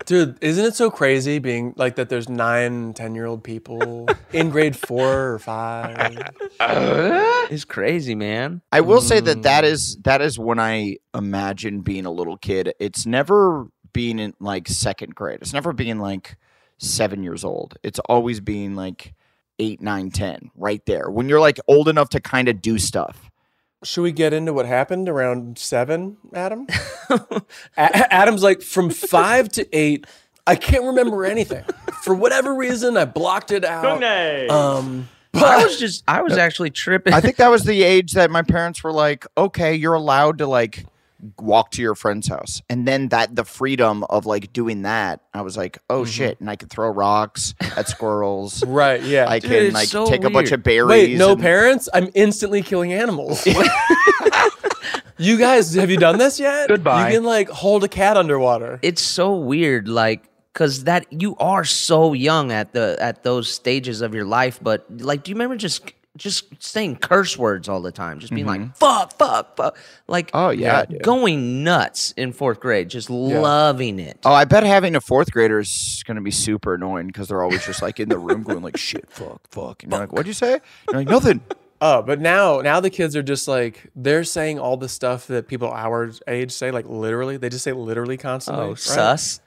Speaker 3: Dude, isn't it so crazy being like that there's nine 10 year old people in grade four or five?
Speaker 8: It's crazy, man.
Speaker 5: I will say that that is that is when I imagine being a little kid. It's never being in like second grade. It's never being like seven years old. It's always being like eight, nine, ten, right there. When you're like old enough to kind of do stuff.
Speaker 3: Should we get into what happened around seven, Adam? A- Adam's like, from five to eight, I can't remember anything. For whatever reason, I blocked it out. Um,
Speaker 8: I was just, I was actually tripping.
Speaker 5: I think that was the age that my parents were like, okay, you're allowed to like walk to your friend's house. And then that the freedom of like doing that, I was like, oh shit. And I could throw rocks at squirrels.
Speaker 3: right, yeah.
Speaker 5: I
Speaker 8: Dude,
Speaker 5: can
Speaker 8: it's
Speaker 5: like
Speaker 8: so
Speaker 5: take a bunch
Speaker 8: weird.
Speaker 5: of berries.
Speaker 3: Wait, no
Speaker 5: and-
Speaker 3: parents? I'm instantly killing animals. you guys, have you done this yet? Goodbye. You can like hold a cat underwater.
Speaker 8: it's so weird like because that you are so young at the at those stages of your life but like do you remember just just saying curse words all the time just being like fuck fuck fuck like
Speaker 5: Mm-hmm. Oh, yeah, dude.
Speaker 8: going nuts in fourth grade just loving it
Speaker 5: Oh, I bet having a fourth grader is going to be super annoying because they're always just like in the room going like shit, fuck, fuck, and you're like, what'd you say? And you're like nothing.
Speaker 3: Oh, but now now the kids are just like they're saying all the stuff that people our age say, like literally. They just say literally constantly.
Speaker 8: oh
Speaker 3: right?
Speaker 8: sus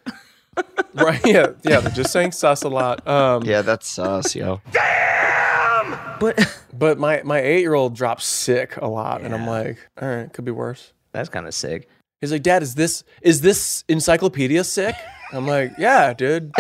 Speaker 3: Right. Yeah. Yeah. They're just saying sus a lot. Um
Speaker 5: yeah, that's sus, yo.
Speaker 8: but
Speaker 3: but my my eight year old drops sick a lot. And I'm like, all right, could be worse.
Speaker 8: that's kind of sick
Speaker 3: He's like, Dad, is this is this encyclopedia sick? I'm like, Yeah, dude.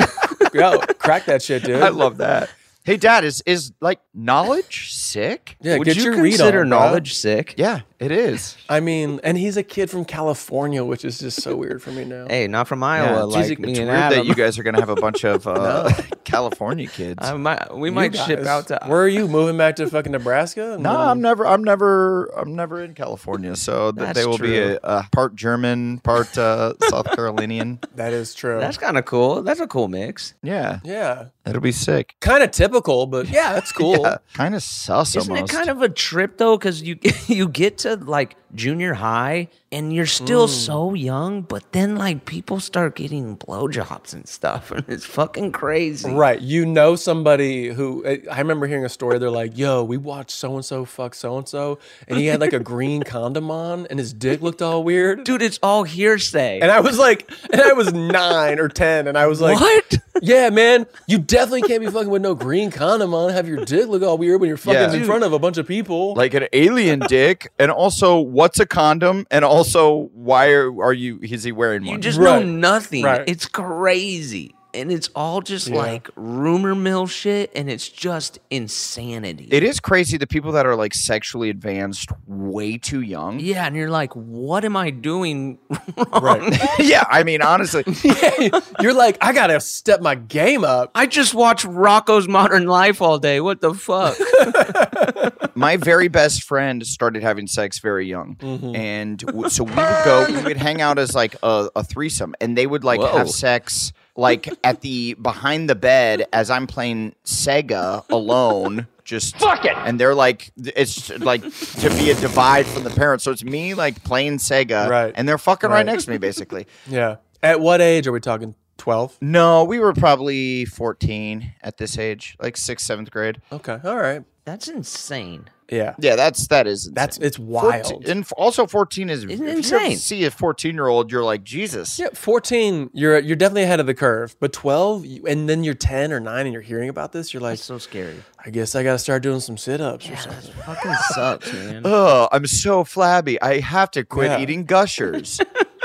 Speaker 3: Yo, crack that shit, dude.
Speaker 5: I love that. Hey, dad, is is like knowledge sick?
Speaker 3: Yeah,
Speaker 8: would
Speaker 3: get
Speaker 8: you
Speaker 3: your read on,
Speaker 8: consider
Speaker 3: it, bro.
Speaker 8: knowledge sick
Speaker 5: Yeah, it is.
Speaker 3: I mean, and he's a kid from California, which is just so weird for me now.
Speaker 8: hey not from
Speaker 5: Yeah,
Speaker 8: iowa
Speaker 5: it's,
Speaker 8: like me
Speaker 5: it's
Speaker 8: and
Speaker 5: weird
Speaker 8: Adam.
Speaker 5: that you guys are going to have a bunch of uh, California kids.
Speaker 8: I might, we
Speaker 3: You
Speaker 8: might ship
Speaker 3: guys,
Speaker 8: out to
Speaker 3: Where are you moving back to fucking Nebraska?
Speaker 5: no, I'm never, I'm never, I'm never in California, so th- they
Speaker 8: That's
Speaker 5: will be
Speaker 8: true.
Speaker 5: a, a part German, part uh, South Carolinian.
Speaker 3: That is true.
Speaker 8: that's kind of cool that's a cool mix
Speaker 5: Yeah,
Speaker 3: yeah.
Speaker 5: it'll be sick.
Speaker 3: Kind of typical, but yeah, that's cool.
Speaker 5: Kind of sus
Speaker 8: Isn't
Speaker 5: almost.
Speaker 8: it kind of a trip though? Because you you get to like junior high and you're still so young, but then like people start getting blowjobs and stuff, and it's fucking crazy.
Speaker 3: Right. You know somebody who eh, I I remember hearing a story. They're like, "Yo, we watched so and so fuck so and so, and he had like a green condom on, and his dick looked all weird."
Speaker 8: dude, it's all hearsay.
Speaker 3: And I was like, and I was nine or ten, and I was like,
Speaker 8: what?
Speaker 3: "Yeah, man, you definitely can't be fucking with no green condom on, have your dick look all weird when you're fucking
Speaker 5: Yeah.
Speaker 3: in
Speaker 5: Dude.
Speaker 3: front of a bunch of people."
Speaker 5: like an alien dick, and also what's a condom, and also why are, are you? Is he wearing
Speaker 8: You
Speaker 5: one?
Speaker 8: just
Speaker 3: Right.
Speaker 8: know nothing.
Speaker 3: Right.
Speaker 8: It's crazy, and it's all just like rumor mill shit, and it's just insanity.
Speaker 5: it is crazy the people that are like sexually advanced way too young.
Speaker 8: yeah, and you're like, what am I doing?
Speaker 5: yeah, I mean honestly,
Speaker 3: you're like, "I gotta step my game up."
Speaker 8: I just watch Rocco's Modern Life all day. What the fuck?
Speaker 5: my very best friend started having sex very young,
Speaker 3: Mm-hmm.
Speaker 5: and w- so we would go, we would hang out as like a, a threesome, and they would like have sex like at the behind the bed as I'm playing Sega alone. just fuck it. And they're like, it's like to be a divide from the parents. So it's me like playing Sega,
Speaker 3: Right.
Speaker 5: And they're fucking right,
Speaker 3: Right.
Speaker 5: next to me, basically.
Speaker 3: Yeah. At what age are we talking? Twelve.
Speaker 5: no, we were probably fourteen at this age, like sixth, seventh grade.
Speaker 3: Okay. All right.
Speaker 1: That's insane.
Speaker 3: Yeah.
Speaker 5: Yeah, that's that is insane.
Speaker 3: That's it's
Speaker 5: 14
Speaker 3: wild.
Speaker 5: and f- also fourteen is
Speaker 1: Isn't it
Speaker 5: if you ever
Speaker 1: insane?
Speaker 5: see a fourteen year old, you're like Jesus.
Speaker 3: Yeah, fourteen. You're you're definitely ahead of the curve, but twelve, you- and then you're ten or nine, and you're hearing about this. You're like,
Speaker 1: That's so scary.
Speaker 3: I guess I got to start doing some sit-ups or something.
Speaker 1: Fucking sucks, man.
Speaker 5: Oh, I'm so flabby. I have to quit
Speaker 3: Yeah.
Speaker 5: eating gushers.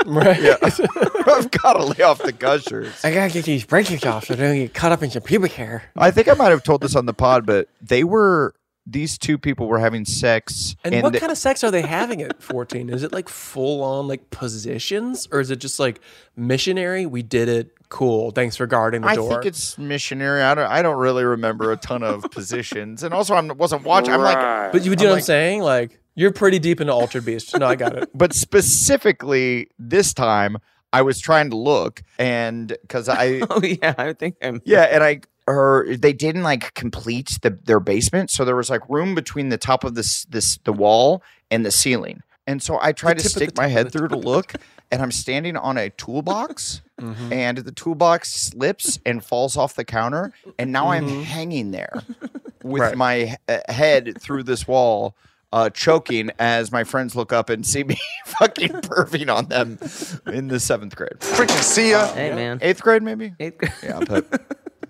Speaker 3: Right.
Speaker 5: I've got to lay off the gushers.
Speaker 3: I gotta get these braces off so they don't get caught up in your pubic hair.
Speaker 5: I think I might have told this on the pod, but they were these two people were having sex,
Speaker 3: And, what
Speaker 5: they-
Speaker 3: kind of sex are they having at 14? Is it like full on like positions or is it just like missionary? We did it. Cool. Thanks for guarding the
Speaker 5: I
Speaker 3: door.
Speaker 5: think it's missionary. I don't. I don't really remember a ton of positions, and also I wasn't watching. I'm like,
Speaker 3: but you do know what I'm saying? Like you're pretty deep into Altered Beast. No, I got it.
Speaker 5: but specifically this time, I was trying to look, and because I
Speaker 8: Oh yeah, I think I'm.
Speaker 5: Yeah, and I her they didn't like complete the their basement, so there was like room between the top of this this the wall and the ceiling. And so I tried to
Speaker 3: tip of the
Speaker 5: stick my
Speaker 3: tongue,
Speaker 5: head
Speaker 3: the
Speaker 5: through to look, and I'm standing on a toolbox,
Speaker 3: Mm-hmm.
Speaker 5: and the toolbox slips and falls off the counter, and now I'm hanging there with
Speaker 3: Mm-hmm. Right.
Speaker 5: my uh, head through this wall. Uh, choking as my friends look up and see me fucking perving on them in the seventh grade,
Speaker 4: Freaking see ya.
Speaker 8: Hey man,
Speaker 5: eighth grade maybe.
Speaker 8: It-
Speaker 5: Yeah, but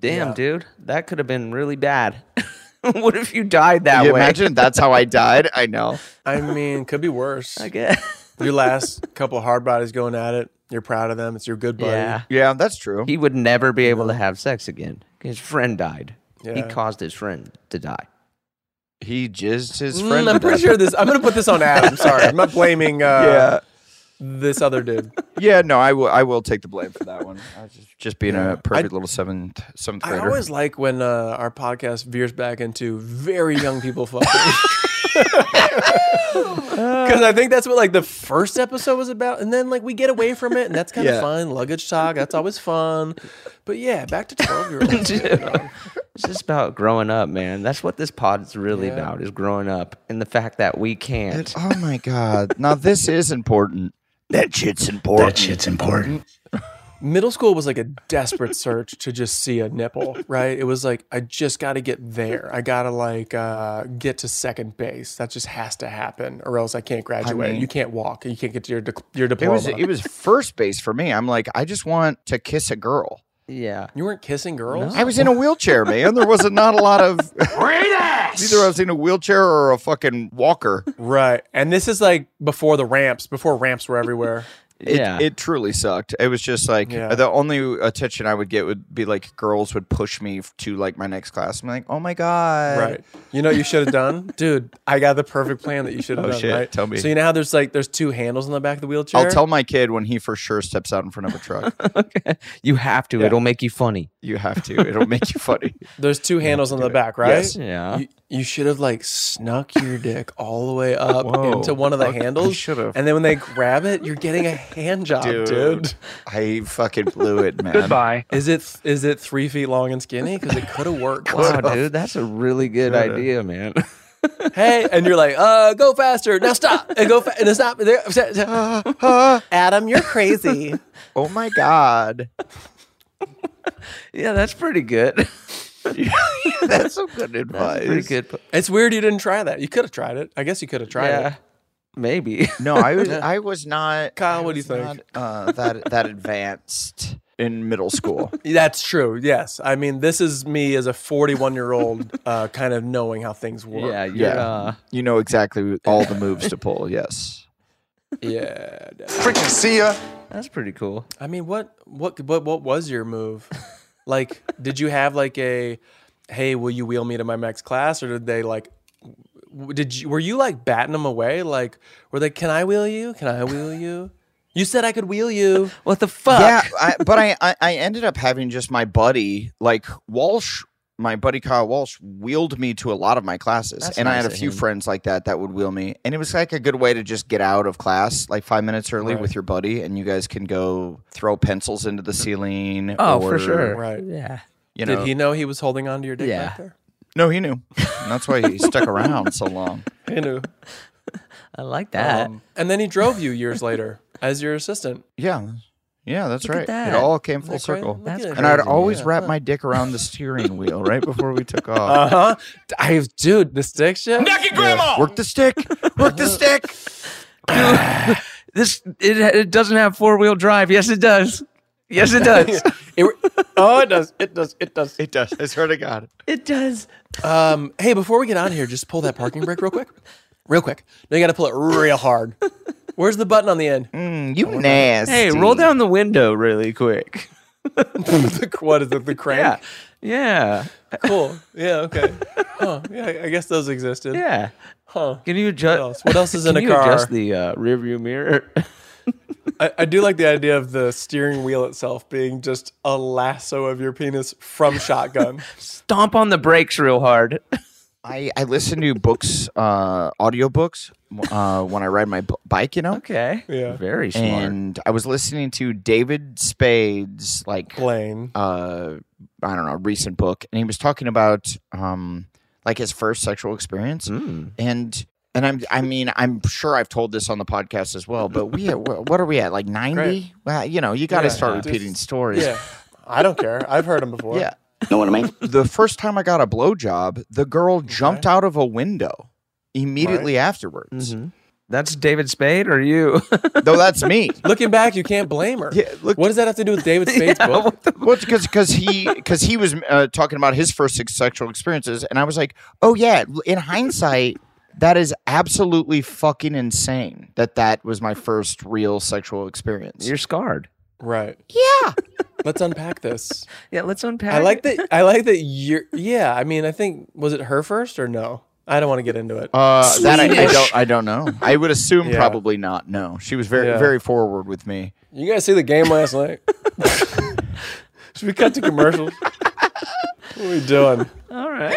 Speaker 8: damn dude, that could have been really bad. what if you died that
Speaker 5: you
Speaker 8: way?
Speaker 5: imagine that's how I died. I know.
Speaker 3: I mean, could be worse.
Speaker 8: I guess.
Speaker 3: Your last couple of hard bodies going at it. You're proud of them. It's your good buddy.
Speaker 8: Yeah,
Speaker 5: Yeah, that's true.
Speaker 8: he would never be able to have sex again. His friend died. He
Speaker 3: Yeah.
Speaker 8: caused his friend to die.
Speaker 5: He jizzed his
Speaker 3: Mm,
Speaker 5: friend. to
Speaker 3: I'm pretty
Speaker 5: death.
Speaker 3: sure this. I'm gonna put this on Adam. Sorry, I'm not blaming
Speaker 5: Yeah,
Speaker 3: uh, this other dude.
Speaker 5: yeah. No, I will. I will take the blame for that one. I was just, just being a perfect
Speaker 3: I-
Speaker 5: little seventh seventh
Speaker 3: I
Speaker 5: grader.
Speaker 3: always like when uh, our podcast veers back into very young people fucking. Because I think that's what like the first episode was about, and then like we get away from it, and that's kind of
Speaker 5: Yeah.
Speaker 3: fun. Luggage talk, that's always fun. But yeah, back to twelve year olds.
Speaker 8: It's just about growing up, man. That's what this pod's really
Speaker 3: Yeah.
Speaker 8: about is growing up and the fact that we can't.
Speaker 5: oh my god! Now this is important. That shit's important. That shit's important.
Speaker 3: Middle school was like a desperate search to just see a nipple, right? It was like I just got to get there. I gotta like uh, get to second base. That just has to happen, or else I can't graduate.
Speaker 5: mean-
Speaker 3: you can't walk. You can't get to your dec your
Speaker 5: It
Speaker 3: diploma.
Speaker 5: was it was first base for me. I'm like, I just want to kiss a girl.
Speaker 8: Yeah.
Speaker 3: You weren't kissing girls?
Speaker 5: I was in a wheelchair, man. There wasn't not a lot of Either I was in a wheelchair or a fucking walker.
Speaker 3: Right. And this is like before the ramps, before ramps were everywhere.
Speaker 5: It,
Speaker 8: yeah.
Speaker 5: it truly sucked. It was just like
Speaker 3: Yeah.
Speaker 5: the only attention I would get would be like girls would push me f- to like my next class. I'm like, oh my god,
Speaker 3: Right. You know what you should have done? Dude, I got the perfect plan that you should have
Speaker 5: Oh,
Speaker 3: done,
Speaker 5: shit.
Speaker 3: right?
Speaker 5: Tell me.
Speaker 3: So you know how there's like there's two handles on the back of the wheelchair?
Speaker 5: I'll tell my kid when he for sure steps out in front of a truck.
Speaker 8: You have to. It'll make you funny.
Speaker 5: you have to. It'll make you funny.
Speaker 3: There's two handles on the back, right?
Speaker 5: Yes.
Speaker 8: Yeah.
Speaker 3: You, you should have like snuck your dick all the way up
Speaker 5: Whoa.
Speaker 3: into one of the
Speaker 5: Okay, I
Speaker 3: handles.
Speaker 5: should've.
Speaker 3: And then when they grab it, you're getting a hand job, dude.
Speaker 5: I fucking blew it, man. Goodbye.
Speaker 3: Is it is it three feet long and skinny? Because it could have worked.
Speaker 8: wow, dude. That's a really good idea, man.
Speaker 3: hey, and you're like, uh, go faster. Now stop. And go fa- and stop. There. Adam, you're crazy.
Speaker 5: Oh my god,
Speaker 8: yeah, that's pretty good.
Speaker 5: that's some good advice.
Speaker 8: pretty good. po-
Speaker 3: It's weird you didn't try that. You could have tried it. I guess you could have tried
Speaker 8: Yeah.
Speaker 3: it.
Speaker 8: Maybe.
Speaker 5: No, I was I was not.
Speaker 3: Kyle,
Speaker 5: I
Speaker 3: what do
Speaker 5: was
Speaker 3: you think?
Speaker 5: not, uh, that that advanced in middle school.
Speaker 3: That's true. Yes. I mean, this is me as a 41 year old uh, kind of knowing how things work.
Speaker 8: yeah. You're,
Speaker 5: Yeah.
Speaker 8: Uh,
Speaker 5: You know exactly all the moves to pull. Yes.
Speaker 3: Yeah.
Speaker 4: Freaking see ya.
Speaker 8: that's pretty cool.
Speaker 3: I mean, what, what, what, what was your move? Like, did you have like a, hey, will you wheel me to my next class? Or did they like, w- did you, were you like batting them away? Like, were they, can I wheel you? Can I wheel you? You said I could wheel you.
Speaker 8: What the fuck?
Speaker 5: Yeah, I, but I, I I ended up having just my buddy like Walsh, my buddy Kyle Walsh, wheeled me to a lot of my classes,
Speaker 8: That's
Speaker 5: and I had
Speaker 8: nice
Speaker 5: a
Speaker 8: of
Speaker 5: few
Speaker 8: him.
Speaker 5: friends like that that would wheel me, and it was like a good way to just get out of class like five minutes early with your buddy, and you guys can go throw pencils into the ceiling.
Speaker 8: Oh,
Speaker 5: or,
Speaker 8: for sure.
Speaker 3: Right.
Speaker 8: Yeah.
Speaker 5: You know,
Speaker 3: Did he know he was holding on to your dick
Speaker 8: Yeah.
Speaker 3: back there?
Speaker 5: No, he knew. And that's why he stuck around so long.
Speaker 3: You know.
Speaker 1: I like that.
Speaker 3: Um, and then he drove you years later as your assistant.
Speaker 5: Yeah. Yeah, that's
Speaker 1: Look at
Speaker 5: right.
Speaker 1: that.
Speaker 5: It all came full
Speaker 3: Isn't that great?
Speaker 5: circle.
Speaker 3: Look
Speaker 1: That's
Speaker 3: at it.
Speaker 5: And I'd
Speaker 1: Crazy,
Speaker 5: always
Speaker 3: yeah.
Speaker 5: wrap my dick around the steering wheel right before we took off.
Speaker 3: Uh huh. I dude, the stick shit.
Speaker 5: Work the stick. Work the stick.
Speaker 1: This it, it doesn't have four wheel drive. Yes, it does. Yes, it does.
Speaker 3: It- oh, it does. It does. It does.
Speaker 5: It does. I swear to God.
Speaker 1: it does.
Speaker 3: Um, hey, before we get out of here, just pull that parking brake real quick. Real quick. No, you got to pull it real hard. Where's the button on the end?
Speaker 5: Mm, you nasty.
Speaker 1: Hey, roll down the window really quick.
Speaker 3: The- what is it? The crank?
Speaker 1: Yeah.
Speaker 3: Cool. Yeah. Okay. Huh. Yeah. I guess those existed.
Speaker 1: Yeah.
Speaker 3: Huh.
Speaker 1: Can you
Speaker 3: What
Speaker 1: adjust?
Speaker 3: else? What else is in
Speaker 1: Can
Speaker 3: a
Speaker 1: you
Speaker 3: car?
Speaker 1: adjust the uh, rearview mirror?
Speaker 3: I, I do like the idea of the steering wheel itself being just a lasso of your penis from shotgun.
Speaker 1: Stomp on the brakes real hard.
Speaker 5: I, I listen to books, uh, audiobooks uh, when I ride my b- bike, you know?
Speaker 1: Okay.
Speaker 3: Yeah.
Speaker 1: Very smart.
Speaker 5: And I was listening to David Spade's, like,
Speaker 3: Plane.
Speaker 5: uh, I don't know, recent book, and he was talking about um, like his first sexual experience,
Speaker 1: Hmm.
Speaker 5: and and I'm I mean I'm sure I've told this on the podcast as well, but we at, wh- what are we at like ninety? Well, you know, you got to
Speaker 3: Yeah,
Speaker 5: start
Speaker 3: yeah.
Speaker 5: repeating
Speaker 3: Just-
Speaker 5: stories.
Speaker 3: Yeah. I don't care. I've heard them before.
Speaker 5: yeah. Know what I mean? The first time I got a blowjob, the girl jumped out of a window immediately afterwards.
Speaker 1: That's David Spade or you?
Speaker 5: Though that's me.
Speaker 3: Looking back, you can't blame her.
Speaker 5: Yeah, look-
Speaker 3: what does that have to do with David Spade's book?
Speaker 5: Well, because because he because he was uh, talking about his first sex- sexual experiences, and I was like, oh yeah, in hindsight, that is absolutely fucking insane that that was my first real sexual experience.
Speaker 1: You're scarred.
Speaker 3: Right.
Speaker 5: yeah,
Speaker 3: Let's unpack this.
Speaker 1: Yeah, let's unpack.
Speaker 3: I like
Speaker 1: it.
Speaker 3: that. I like that you're. Yeah. I mean, I think was it her first or no? I don't want to get into it.
Speaker 5: uh, that I, I
Speaker 1: Swedish.
Speaker 5: don't I don't know. I would assume
Speaker 3: Yeah.
Speaker 5: probably not. No, she was very
Speaker 3: Yeah.
Speaker 5: very forward with me.
Speaker 3: you guys see the game last night? Should we cut to commercials? what are we doing?
Speaker 1: All right.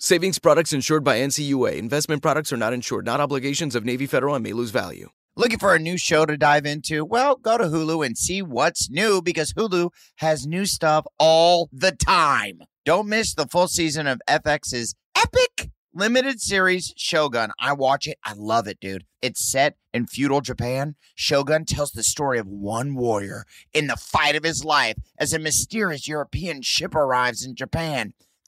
Speaker 9: Savings products insured by NCUA. Investment products are not insured, not obligations of Navy Federal and may lose value.
Speaker 5: Looking for a new show to dive into? Well, go to Hulu and see what's new because Hulu has new stuff all the time. Don't miss the full season of FX's epic limited series Shogun. I watch it. I love it, dude. It's set in feudal Japan. Shogun tells the story of one warrior in the fight of his life as a mysterious European ship arrives in Japan.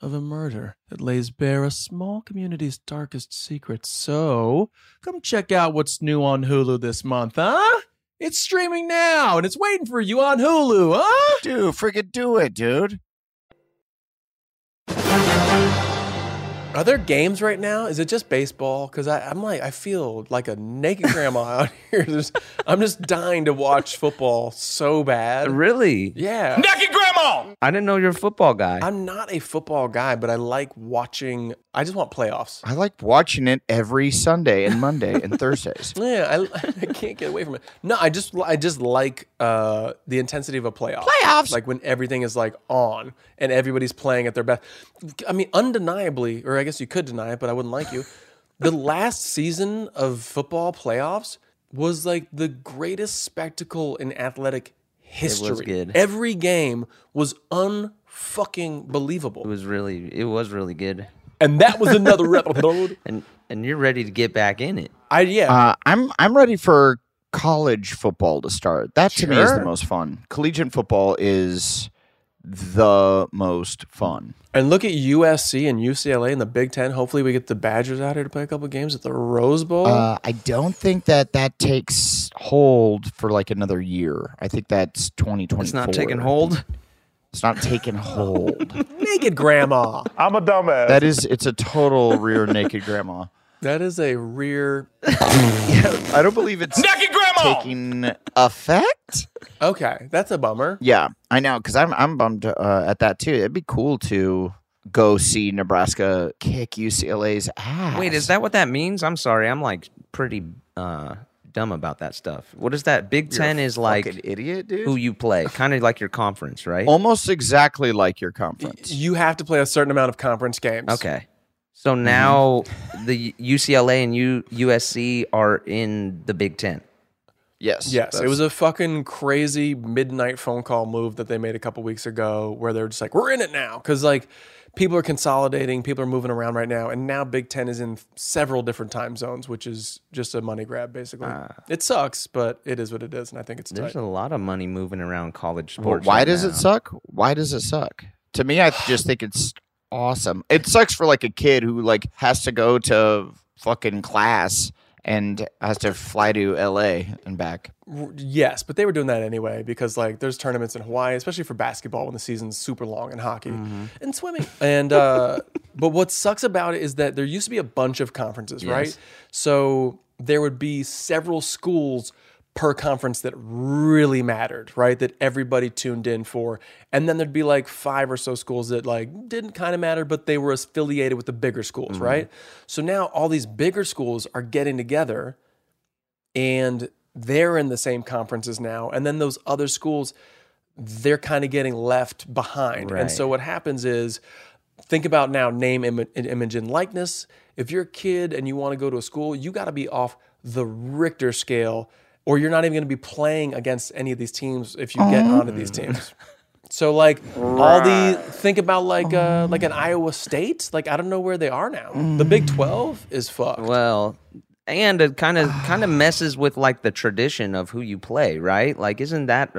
Speaker 7: of a murder that lays bare a small community's darkest secrets. So, come check out what's new on Hulu this month, huh? It's streaming now and it's waiting for you on Hulu, huh?
Speaker 5: Dude, friggin' do it, dude.
Speaker 3: Are there games right now? Is it just baseball? Because I'm like, I feel like a naked grandma out here. There's, I'm just dying to watch football so bad.
Speaker 8: Really?
Speaker 3: Yeah.
Speaker 4: Naked grandma.
Speaker 8: I didn't know you're a football guy.
Speaker 3: I'm not a football guy, but I like watching. I just want playoffs.
Speaker 5: I like watching it every Sunday and Monday and Thursdays.
Speaker 3: Yeah, I, I can't get away from it. No, I just I just like uh, the intensity of a playoff.
Speaker 5: Playoffs?
Speaker 3: like when everything is like on and everybody's playing at their best. I mean, undeniably, or I guess you could deny it, but I wouldn't like you. the last season of football playoffs was like the greatest spectacle in athletic history.
Speaker 8: good.
Speaker 3: Every game was unfucking believable,
Speaker 8: It was really, it was really good.
Speaker 3: and that was another episode.
Speaker 8: And and you're ready to get back in it.
Speaker 3: I yeah.
Speaker 5: Uh, I'm I'm ready for college football to start. That to me is
Speaker 8: Sure.
Speaker 5: the most fun. Collegiate football is the most fun.
Speaker 3: And look at USC and UCLA in the Big Ten. Hopefully, we get the Badgers out here to play a couple games at the Rose Bowl.
Speaker 5: Uh, I don't think that that takes hold for like another year. I think that's 2024.
Speaker 8: It's not taking hold.
Speaker 5: It's not taking hold.
Speaker 3: naked grandma.
Speaker 4: I'm a dumbass.
Speaker 5: that is, it's a total rear naked grandma.
Speaker 3: that is a rear.
Speaker 5: I don't believe it's
Speaker 4: Naked grandma.
Speaker 5: taking effect.
Speaker 3: Okay, that's a bummer.
Speaker 5: Yeah, I know because I'm I'm bummed uh, at that too. It'd be cool to go see Nebraska kick UCLA's ass.
Speaker 8: Wait, is that what that means? I'm sorry. I'm like pretty uh, dumb about that stuff. What is that? Big Ten is
Speaker 5: an
Speaker 8: like
Speaker 5: idiot, dude?
Speaker 8: who you play, kind of like your conference, right?
Speaker 5: Almost exactly like your conference.
Speaker 3: You have to play a certain amount of conference games.
Speaker 8: Okay. So
Speaker 5: Mm-hmm.
Speaker 8: now the UCLA and U- USC are in the Big Ten.
Speaker 5: Yes.
Speaker 3: Yes, it
Speaker 5: that's-
Speaker 3: was a fucking crazy midnight phone call move that they made a couple weeks ago, where they're just like, "We're in it now," because like people are consolidating, people are moving around right now, and now Big Ten is in several different time zones, which is just a money grab, basically. it sucks, but it is what it is, and I think it's
Speaker 8: Uh. There's
Speaker 3: tight.
Speaker 8: a lot of money moving around college
Speaker 5: Well,
Speaker 8: sports.
Speaker 5: why
Speaker 8: right
Speaker 5: does
Speaker 8: now.
Speaker 5: it suck? Why does it suck? To me, I just think it's awesome. It sucks for like a kid who like has to go to fucking class and has to fly to LA and back.
Speaker 3: R- Yes, but they were doing that anyway because like there's tournaments in Hawaii, especially for basketball when the season's super long and hockey and swimming. And uh, but what sucks about it is that there used to be a bunch of conferences, right? So there would be several schools per conference that really mattered, right? That everybody tuned in for. And then there'd be like five or so schools that like didn't kind of matter, but they were affiliated with the bigger schools, right? So now all these bigger schools are getting together and they're in the same conferences now. And then those other schools, they're kind of getting left behind. And so what happens is, think about now name, Im- image, and likeness. If you're a kid and you want to go to a school, you got to be off the Richter scale, or you're not even going to be playing against any of these teams if you get onto these teams. So like all the think about like uh like an Iowa State like I don't know where they are now. The Big Twelve is fucked.
Speaker 8: Well, and it kind of kind of messes with like the tradition of who you play, right? Like, isn't that